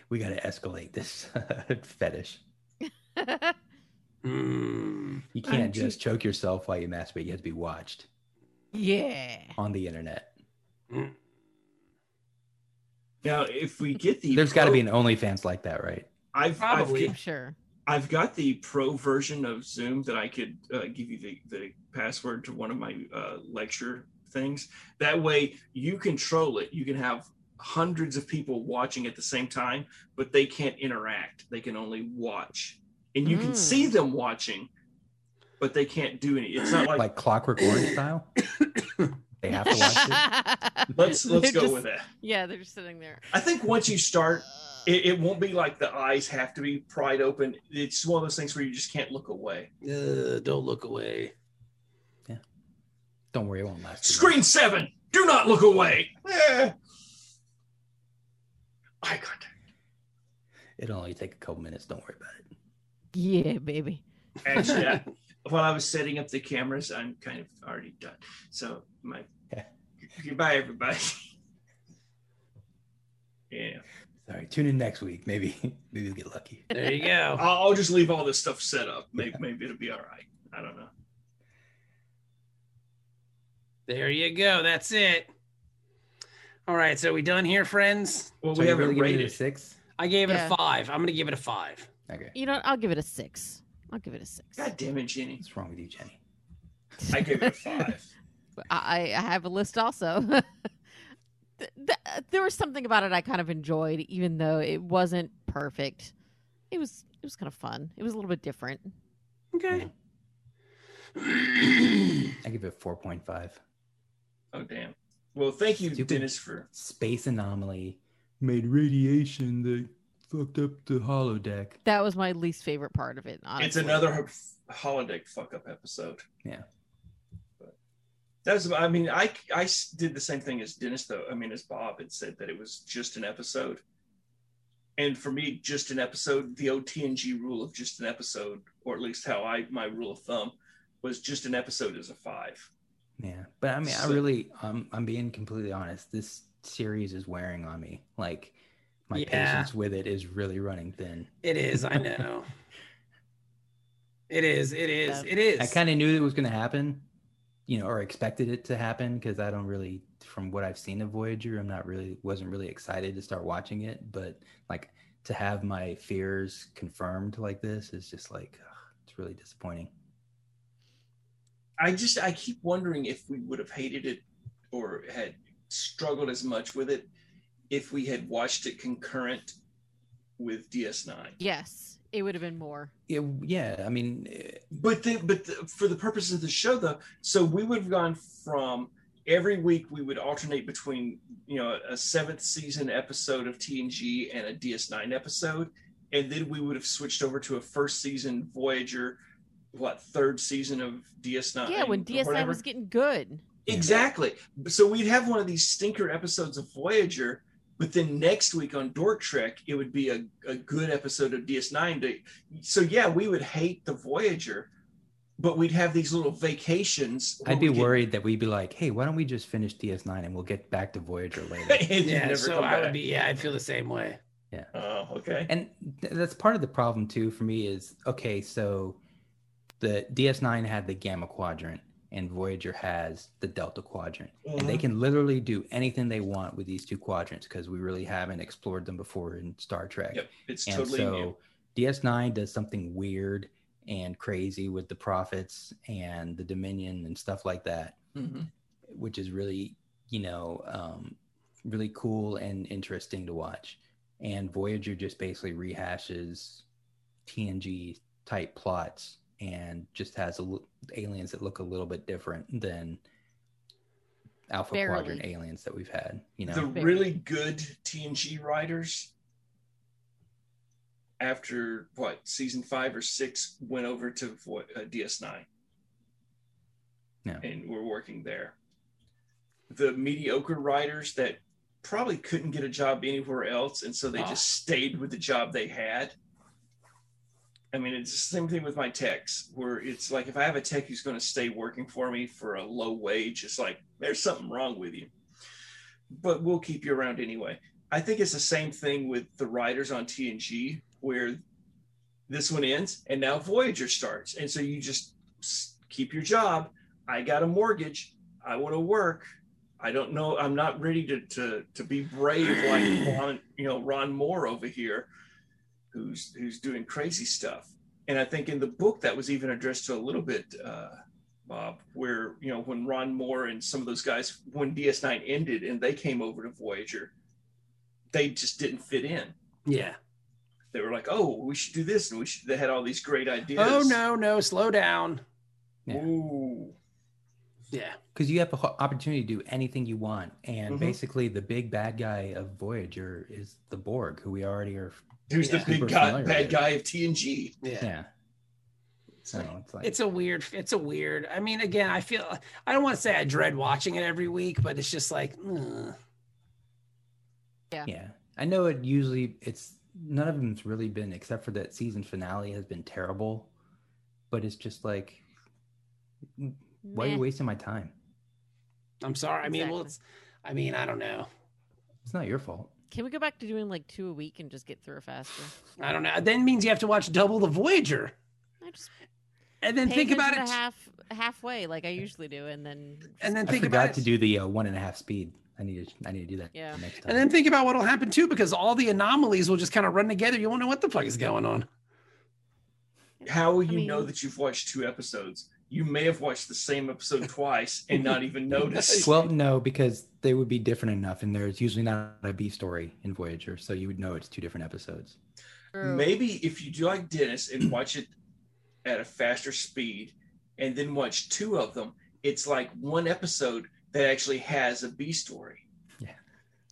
[SPEAKER 6] We got to escalate this fetish.
[SPEAKER 3] Mm.
[SPEAKER 6] You can't
[SPEAKER 5] ju-
[SPEAKER 6] just choke yourself while you masturbate. You have to be watched
[SPEAKER 4] yeah.
[SPEAKER 6] on the internet.
[SPEAKER 5] Now, if we get the
[SPEAKER 6] There's got to
[SPEAKER 5] pro-
[SPEAKER 6] be an OnlyFans like that, right?
[SPEAKER 5] I've, I've,
[SPEAKER 3] Probably.
[SPEAKER 4] I'm
[SPEAKER 5] get-
[SPEAKER 4] sure.
[SPEAKER 5] I've got the pro version of Zoom that I could uh, give you the, the password to one of my uh, lecture things. That way, you control it. You can have hundreds of people watching at the same time, but they can't interact. They can only watch, and you
[SPEAKER 4] Mm.
[SPEAKER 5] can see them watching, but they can't do any. It's not like,
[SPEAKER 6] Like Clockwork Orange style. they have to watch it.
[SPEAKER 5] let's let's
[SPEAKER 4] They're
[SPEAKER 5] go
[SPEAKER 4] just-
[SPEAKER 5] with that.
[SPEAKER 4] Yeah, they're just sitting there.
[SPEAKER 5] I think once you start, it, it won't be like the eyes have to be pried open. It's one of those things where you just can't look away.
[SPEAKER 3] Uh, don't look away.
[SPEAKER 6] Don't worry, it won't last. too long.
[SPEAKER 5] Screen seven. Do not look away. Eh. Eye contact.
[SPEAKER 6] It'll only take a couple minutes. Don't worry about it.
[SPEAKER 4] yeah, baby.
[SPEAKER 5] Actually, I, while I was setting up the cameras, I'm kind of already done. So my
[SPEAKER 6] Yeah.
[SPEAKER 5] goodbye, everybody. yeah,
[SPEAKER 6] Sorry. Tune in next week. Maybe maybe we'll get lucky.
[SPEAKER 3] There you go.
[SPEAKER 5] I'll, I'll just leave all this stuff set up. Maybe, maybe it'll be all right. I don't know.
[SPEAKER 3] There you go. That's it. All right. So we done here, friends.
[SPEAKER 5] Well,
[SPEAKER 6] So
[SPEAKER 5] we
[SPEAKER 6] you
[SPEAKER 5] haven't
[SPEAKER 6] really giving it a
[SPEAKER 5] rated.
[SPEAKER 6] six.
[SPEAKER 3] I gave it
[SPEAKER 4] Yeah.
[SPEAKER 3] a five. I'm gonna give it a five.
[SPEAKER 6] Okay.
[SPEAKER 4] You know, what? I'll give it a six. I'll give it a six.
[SPEAKER 5] God damn it, Jenny!
[SPEAKER 6] What's wrong with you, Jenny?
[SPEAKER 5] I gave it a five.
[SPEAKER 4] I, I have a list also. Th- th- there was something about it I kind of enjoyed, even though it wasn't perfect. It was it was kind of fun. It was a little bit different.
[SPEAKER 3] Okay.
[SPEAKER 6] I give it four point five.
[SPEAKER 5] Oh damn. Well, thank you,
[SPEAKER 6] Stupid.
[SPEAKER 5] Dennis, for
[SPEAKER 6] Space anomaly made radiation that fucked up the holodeck.
[SPEAKER 4] That was my least favorite part of it. Honestly,
[SPEAKER 5] it's another ho- holodeck fuck up episode.
[SPEAKER 6] Yeah.
[SPEAKER 5] But That's I mean I I s- did the same thing as Dennis though. I mean as Bob had said that it was just an episode. And for me just an episode the OTNG rule of just an episode or at least how I my rule of thumb was just an episode is a 5.
[SPEAKER 6] Yeah, but I mean, I
[SPEAKER 5] So-
[SPEAKER 6] really, um, I'm being completely honest. This series is wearing on me. Like, my
[SPEAKER 3] Yeah.
[SPEAKER 6] patience with it is really running thin.
[SPEAKER 3] It is. I know. It is. It is.
[SPEAKER 4] Yeah.
[SPEAKER 3] It is.
[SPEAKER 6] I kind of knew it was going to happen, you know, or expected it to happen because I don't really, from what I've seen of Voyager, I'm not really, wasn't really excited to start watching it. But like, to have my fears confirmed like this is just like, ugh, it's really disappointing.
[SPEAKER 5] I just I keep wondering if we would have hated it or had struggled as much with it if we had watched it concurrent with DS9.
[SPEAKER 4] Yes, it would have been more.
[SPEAKER 6] Yeah, yeah. I mean, eh,
[SPEAKER 5] But the, but the, for the purposes of the show though, so we would have gone from every week we would alternate between you know a seventh season episode of TNG and a DS9 episode, and then we would have switched over to a first season Voyager, what third season of
[SPEAKER 3] Uh,
[SPEAKER 5] DS9?
[SPEAKER 4] yeah, when
[SPEAKER 5] or
[SPEAKER 4] DSI
[SPEAKER 5] whatever.
[SPEAKER 4] was getting good.
[SPEAKER 5] Exactly. So we'd have one of these stinker episodes of Voyager, but then next week on Dork Trek, it would be a, a good episode of DS9. To, so yeah, we would hate the Voyager, but we'd have these little vacations. where
[SPEAKER 6] I'd be
[SPEAKER 5] we could-
[SPEAKER 6] worried that we'd be like, hey, why don't we just finish DS9 and we'll get back to Voyager later?
[SPEAKER 5] and you'd
[SPEAKER 3] Yeah.
[SPEAKER 5] never
[SPEAKER 3] So
[SPEAKER 5] come
[SPEAKER 3] I would
[SPEAKER 5] back.
[SPEAKER 3] be. Yeah. I'd feel the same way.
[SPEAKER 5] Oh, okay.
[SPEAKER 6] and th- that's part of the problem too for me is okay so the ds9 had the gamma quadrant and Voyager has the Delta Quadrant. And
[SPEAKER 5] Mm-hmm. Uh-huh.
[SPEAKER 6] they can literally do anything they want with these two quadrants because we really haven't explored them before in Star Trek.
[SPEAKER 5] Yep, it's
[SPEAKER 6] And
[SPEAKER 5] totally new.
[SPEAKER 6] so DS9 does something weird and crazy with the prophets and the Dominion and stuff like that,
[SPEAKER 5] Mhm.
[SPEAKER 6] which is really, you know, um, really cool and interesting to watch. And Voyager just basically rehashes TNG type plots and just has a l- aliens that look a little bit different than Alpha
[SPEAKER 4] Barely.
[SPEAKER 6] Quadrant aliens that we've had. You know,
[SPEAKER 5] The
[SPEAKER 4] Very.
[SPEAKER 5] really good TNG writers after what season five or six went over to Vo- uh, DS9
[SPEAKER 6] Yeah.
[SPEAKER 5] and were working there. The mediocre writers that probably couldn't get a job anywhere else, and so they
[SPEAKER 3] Ah.
[SPEAKER 5] just stayed with the job they had. I mean, it's the same thing with my techs, where it's like if I have a tech who's going to stay working for me for a low wage, it's like there's something wrong with you. But we'll keep you around anyway. I think it's the same thing with the writers on TNG, where this one ends and now Voyager starts. And so you just s- keep your job. I got a mortgage. I want to work. I don't know. I'm not ready to to, to be brave like Ron, you know Ron Moore over here, who's who's doing crazy stuff. And I think in the book that was even addressed to a little bit, uh, Bob, where you know when Ron Moore and some of those guys when DS9 ended and they came over to Voyager, they just didn't fit in.
[SPEAKER 3] Yeah.
[SPEAKER 5] They were like, oh, we should do this, and we should. They had all these great ideas.
[SPEAKER 3] Oh no, no, slow down.
[SPEAKER 6] Yeah.
[SPEAKER 5] Ooh.
[SPEAKER 3] Yeah.
[SPEAKER 6] because you have the ho- opportunity to do anything you want
[SPEAKER 3] Mm-hmm.
[SPEAKER 6] and
[SPEAKER 5] Mhm.
[SPEAKER 6] basically the big bad guy of voyager is the borg who we already are
[SPEAKER 5] Who's
[SPEAKER 3] Yeah.
[SPEAKER 5] the big
[SPEAKER 6] Super
[SPEAKER 5] guy,
[SPEAKER 6] familiar
[SPEAKER 5] bad
[SPEAKER 6] with.
[SPEAKER 5] guy of TNG?
[SPEAKER 3] Yeah.
[SPEAKER 6] yeah so
[SPEAKER 5] like-
[SPEAKER 6] it's like
[SPEAKER 3] It's a weird, it's a weird. I mean, again, I feel I don't want to say I dread watching it every week, but it's just like, ugh.
[SPEAKER 6] yeah i know it usually it's none of them's really been except for that season finale has been terrible but it's just like why are you
[SPEAKER 4] Meh.
[SPEAKER 6] wasting my time
[SPEAKER 3] I'm sorry. I mean, well, it's,
[SPEAKER 4] Exactly.
[SPEAKER 3] I mean, I don't know.
[SPEAKER 6] it's not your fault
[SPEAKER 4] Can we go back to doing like two a week and just get through it faster?
[SPEAKER 3] I don't know. Then means you have to watch double the Voyager,
[SPEAKER 4] I just
[SPEAKER 3] and then
[SPEAKER 4] pay
[SPEAKER 3] think about
[SPEAKER 4] attention
[SPEAKER 3] it,
[SPEAKER 4] to half halfway like I usually do, and then
[SPEAKER 3] and then
[SPEAKER 6] i
[SPEAKER 3] think
[SPEAKER 6] forgot
[SPEAKER 3] about
[SPEAKER 6] to
[SPEAKER 3] it,
[SPEAKER 6] do the uh, one and a half speed i need to i need to do that
[SPEAKER 4] Yeah.
[SPEAKER 6] next time
[SPEAKER 3] and then think about what'll happen too, because all the anomalies will just kind of run together. You won't know what the fuck is going on.
[SPEAKER 5] How will
[SPEAKER 4] I
[SPEAKER 5] you know
[SPEAKER 4] mean-
[SPEAKER 5] that you've watched two episodes? You may have watched the same episode twice and not even noticed.
[SPEAKER 6] Well, no, because they would be different enough, and there's usually not a B story in Voyager, so you would know it's two different episodes.
[SPEAKER 4] True.
[SPEAKER 5] Maybe if you do like Dennis and watch it at a faster speed and then watch two of them, it's like one episode that actually has a B story.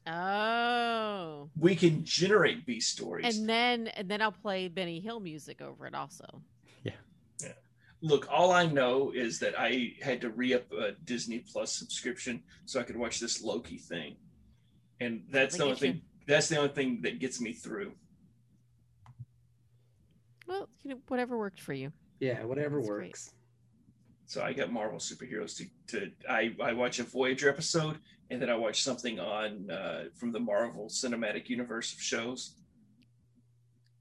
[SPEAKER 4] Oh,
[SPEAKER 5] We can generate B stories.
[SPEAKER 4] and then and then I'll play Benny Hill music over it also.
[SPEAKER 5] Look, all I know is that I had to re up a Disney Plus subscription so I could watch this Loki thing. And that's the
[SPEAKER 4] Look
[SPEAKER 5] only
[SPEAKER 4] at you.
[SPEAKER 5] thing that's the only thing that gets me through.
[SPEAKER 4] Well, you know, whatever worked for you.
[SPEAKER 3] Yeah, whatever
[SPEAKER 4] That's great.
[SPEAKER 3] works.
[SPEAKER 5] So I got Marvel superheroes to, to I, I watch a Voyager episode and then I watch something on uh, from the Marvel Cinematic Universe of shows.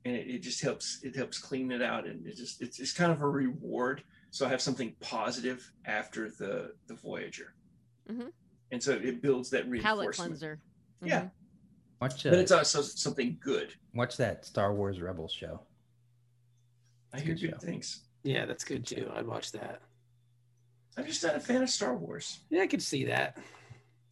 [SPEAKER 5] And it, it just helps it helps clean it out and it just it's, it's kind of a reward. So I have something positive after the the Voyager.
[SPEAKER 4] Mhm.
[SPEAKER 5] And so it builds that
[SPEAKER 4] Palette
[SPEAKER 5] reinforcement.
[SPEAKER 4] cleanser.
[SPEAKER 5] Yeah.
[SPEAKER 4] Mhm.
[SPEAKER 6] Watch
[SPEAKER 5] But
[SPEAKER 6] uh,
[SPEAKER 5] it's also something good.
[SPEAKER 6] watch that Star Wars Rebels show.
[SPEAKER 5] I hear
[SPEAKER 6] Good
[SPEAKER 5] good,
[SPEAKER 6] show.
[SPEAKER 5] things.
[SPEAKER 3] Yeah, that's good too. I'd watch that.
[SPEAKER 5] I'm just not a fan of Star Wars.
[SPEAKER 3] Yeah, I could see that.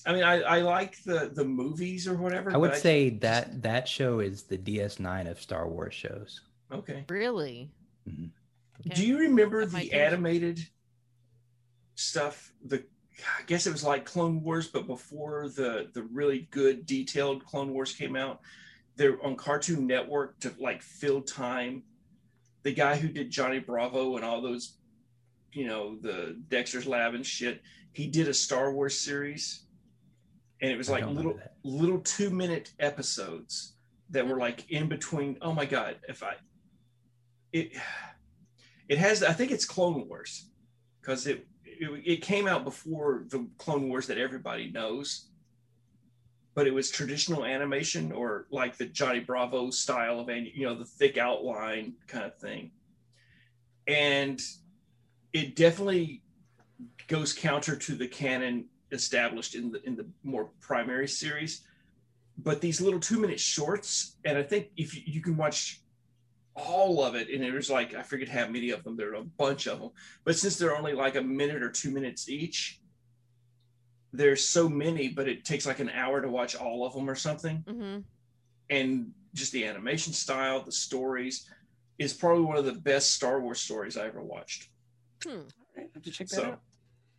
[SPEAKER 5] I mean, I, I like the the movies or whatever.
[SPEAKER 6] I would
[SPEAKER 5] but
[SPEAKER 6] say that that show is the DS9 of Star Wars shows.
[SPEAKER 5] okay.
[SPEAKER 4] Really?
[SPEAKER 6] Mhm.
[SPEAKER 4] Okay.
[SPEAKER 5] Do you remember
[SPEAKER 4] That might
[SPEAKER 5] the
[SPEAKER 4] change.
[SPEAKER 5] animated stuff? The I guess it was like Clone Wars, but before the the really good detailed Clone Wars came out, they're on Cartoon Network to like fill time. The guy who did Johnny Bravo and all those, you know, the Dexter's Lab and shit, he did a Star Wars series, and it was
[SPEAKER 6] I
[SPEAKER 5] like
[SPEAKER 6] don't
[SPEAKER 5] little
[SPEAKER 6] remember that.
[SPEAKER 5] little two minute episodes that were like in between. Oh my god, if I it it has I think it's Clone Wars because it, it it came out before the Clone Wars that everybody knows, but it was traditional animation or like the Johnny Bravo style of an you know the thick outline kind of thing, and it definitely goes counter to the canon established in the in the more primary series. But these little two minute shorts, and I think if you, you can watch all of it, and there's like I forget how many of them. There are a bunch of them, but since they're only like a minute or two minutes each, there's so many. But it takes like an hour to watch all of them or something
[SPEAKER 4] Mm-hmm.
[SPEAKER 5] and just the animation style, the stories, is probably one of the best Star Wars stories I ever watched.
[SPEAKER 3] I have to check that
[SPEAKER 5] So
[SPEAKER 3] out.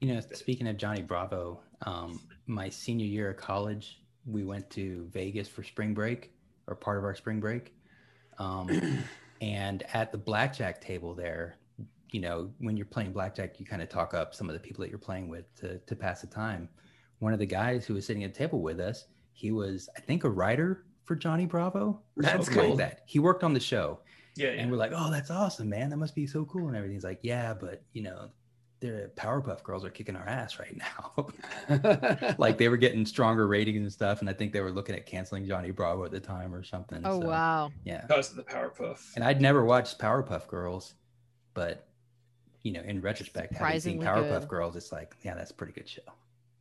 [SPEAKER 6] You know, speaking of Johnny Bravo, um, my senior year of college, we went to Vegas for spring break or part of our spring break. Um, and at the blackjack table there, you know, when you're playing blackjack, you kind of talk up some of the people that you're playing with to, to pass the time. One of the guys who was sitting at the table with us, he was, I think, a writer for Johnny Bravo. or
[SPEAKER 3] That's
[SPEAKER 6] something like
[SPEAKER 3] cool.
[SPEAKER 6] that. He worked on the show.
[SPEAKER 5] yeah,
[SPEAKER 6] And
[SPEAKER 5] yeah.
[SPEAKER 6] we're like, oh, that's awesome, man. That must be so cool and everything's like, yeah, but you know, the Powerpuff Girls are kicking our ass right now. like they were getting stronger ratings and stuff, and I think they were looking at canceling Johnny Bravo at the time or something.
[SPEAKER 4] Oh
[SPEAKER 6] so,
[SPEAKER 4] wow.
[SPEAKER 6] Yeah.
[SPEAKER 5] because of the Powerpuff.
[SPEAKER 6] And I'd never watched Powerpuff Girls, but you know, in retrospect, having seen
[SPEAKER 4] Surprisingly
[SPEAKER 6] Powerpuff
[SPEAKER 4] good.
[SPEAKER 6] Girls, it's like, yeah, that's a pretty good show.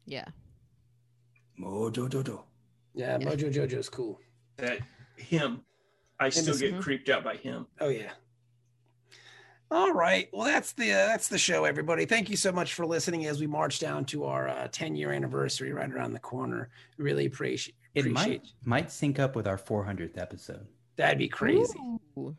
[SPEAKER 4] Yeah.
[SPEAKER 6] Mojo Jojo.
[SPEAKER 3] Yeah, Mojo Jojo's cool.
[SPEAKER 5] That him, I still
[SPEAKER 3] this-
[SPEAKER 5] get
[SPEAKER 4] Mhm.
[SPEAKER 5] creeped out by him.
[SPEAKER 3] Oh yeah. All right. Well, that's the uh, that's the show, everybody. Thank you so much for listening as we march down to our ten year anniversary right around the corner. Really appreciate
[SPEAKER 6] It
[SPEAKER 3] appreciate
[SPEAKER 6] might might sync up with our 400th episode.
[SPEAKER 3] that'd be crazy.
[SPEAKER 4] Ooh.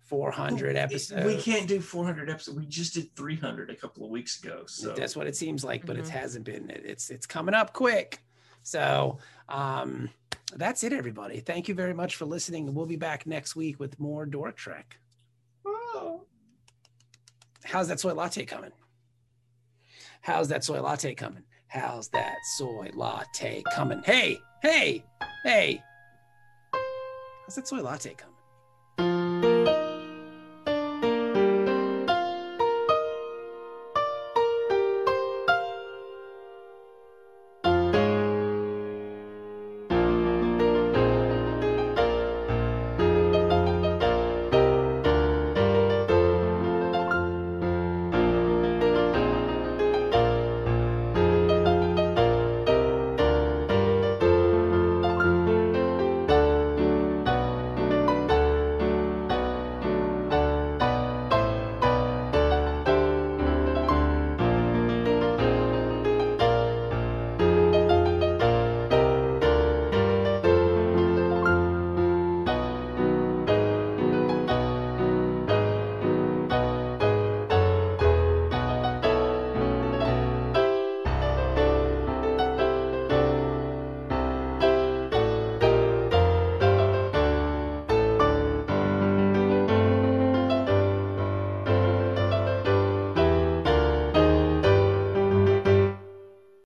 [SPEAKER 3] Four hundred
[SPEAKER 5] It-
[SPEAKER 3] episodes.
[SPEAKER 5] We can't do 400 episodes. We just did 300 a couple of weeks ago. So
[SPEAKER 3] That's what it seems like, but
[SPEAKER 4] Mhm.
[SPEAKER 3] it hasn't been. It- It's it's coming up quick. So um, that's it, everybody. Thank you very much for listening, and we'll be back next week with more Dork Trek. How's that soy latte coming? How's that soy latte coming? How's that soy latte coming? Hey, hey, hey! How's that soy latte coming?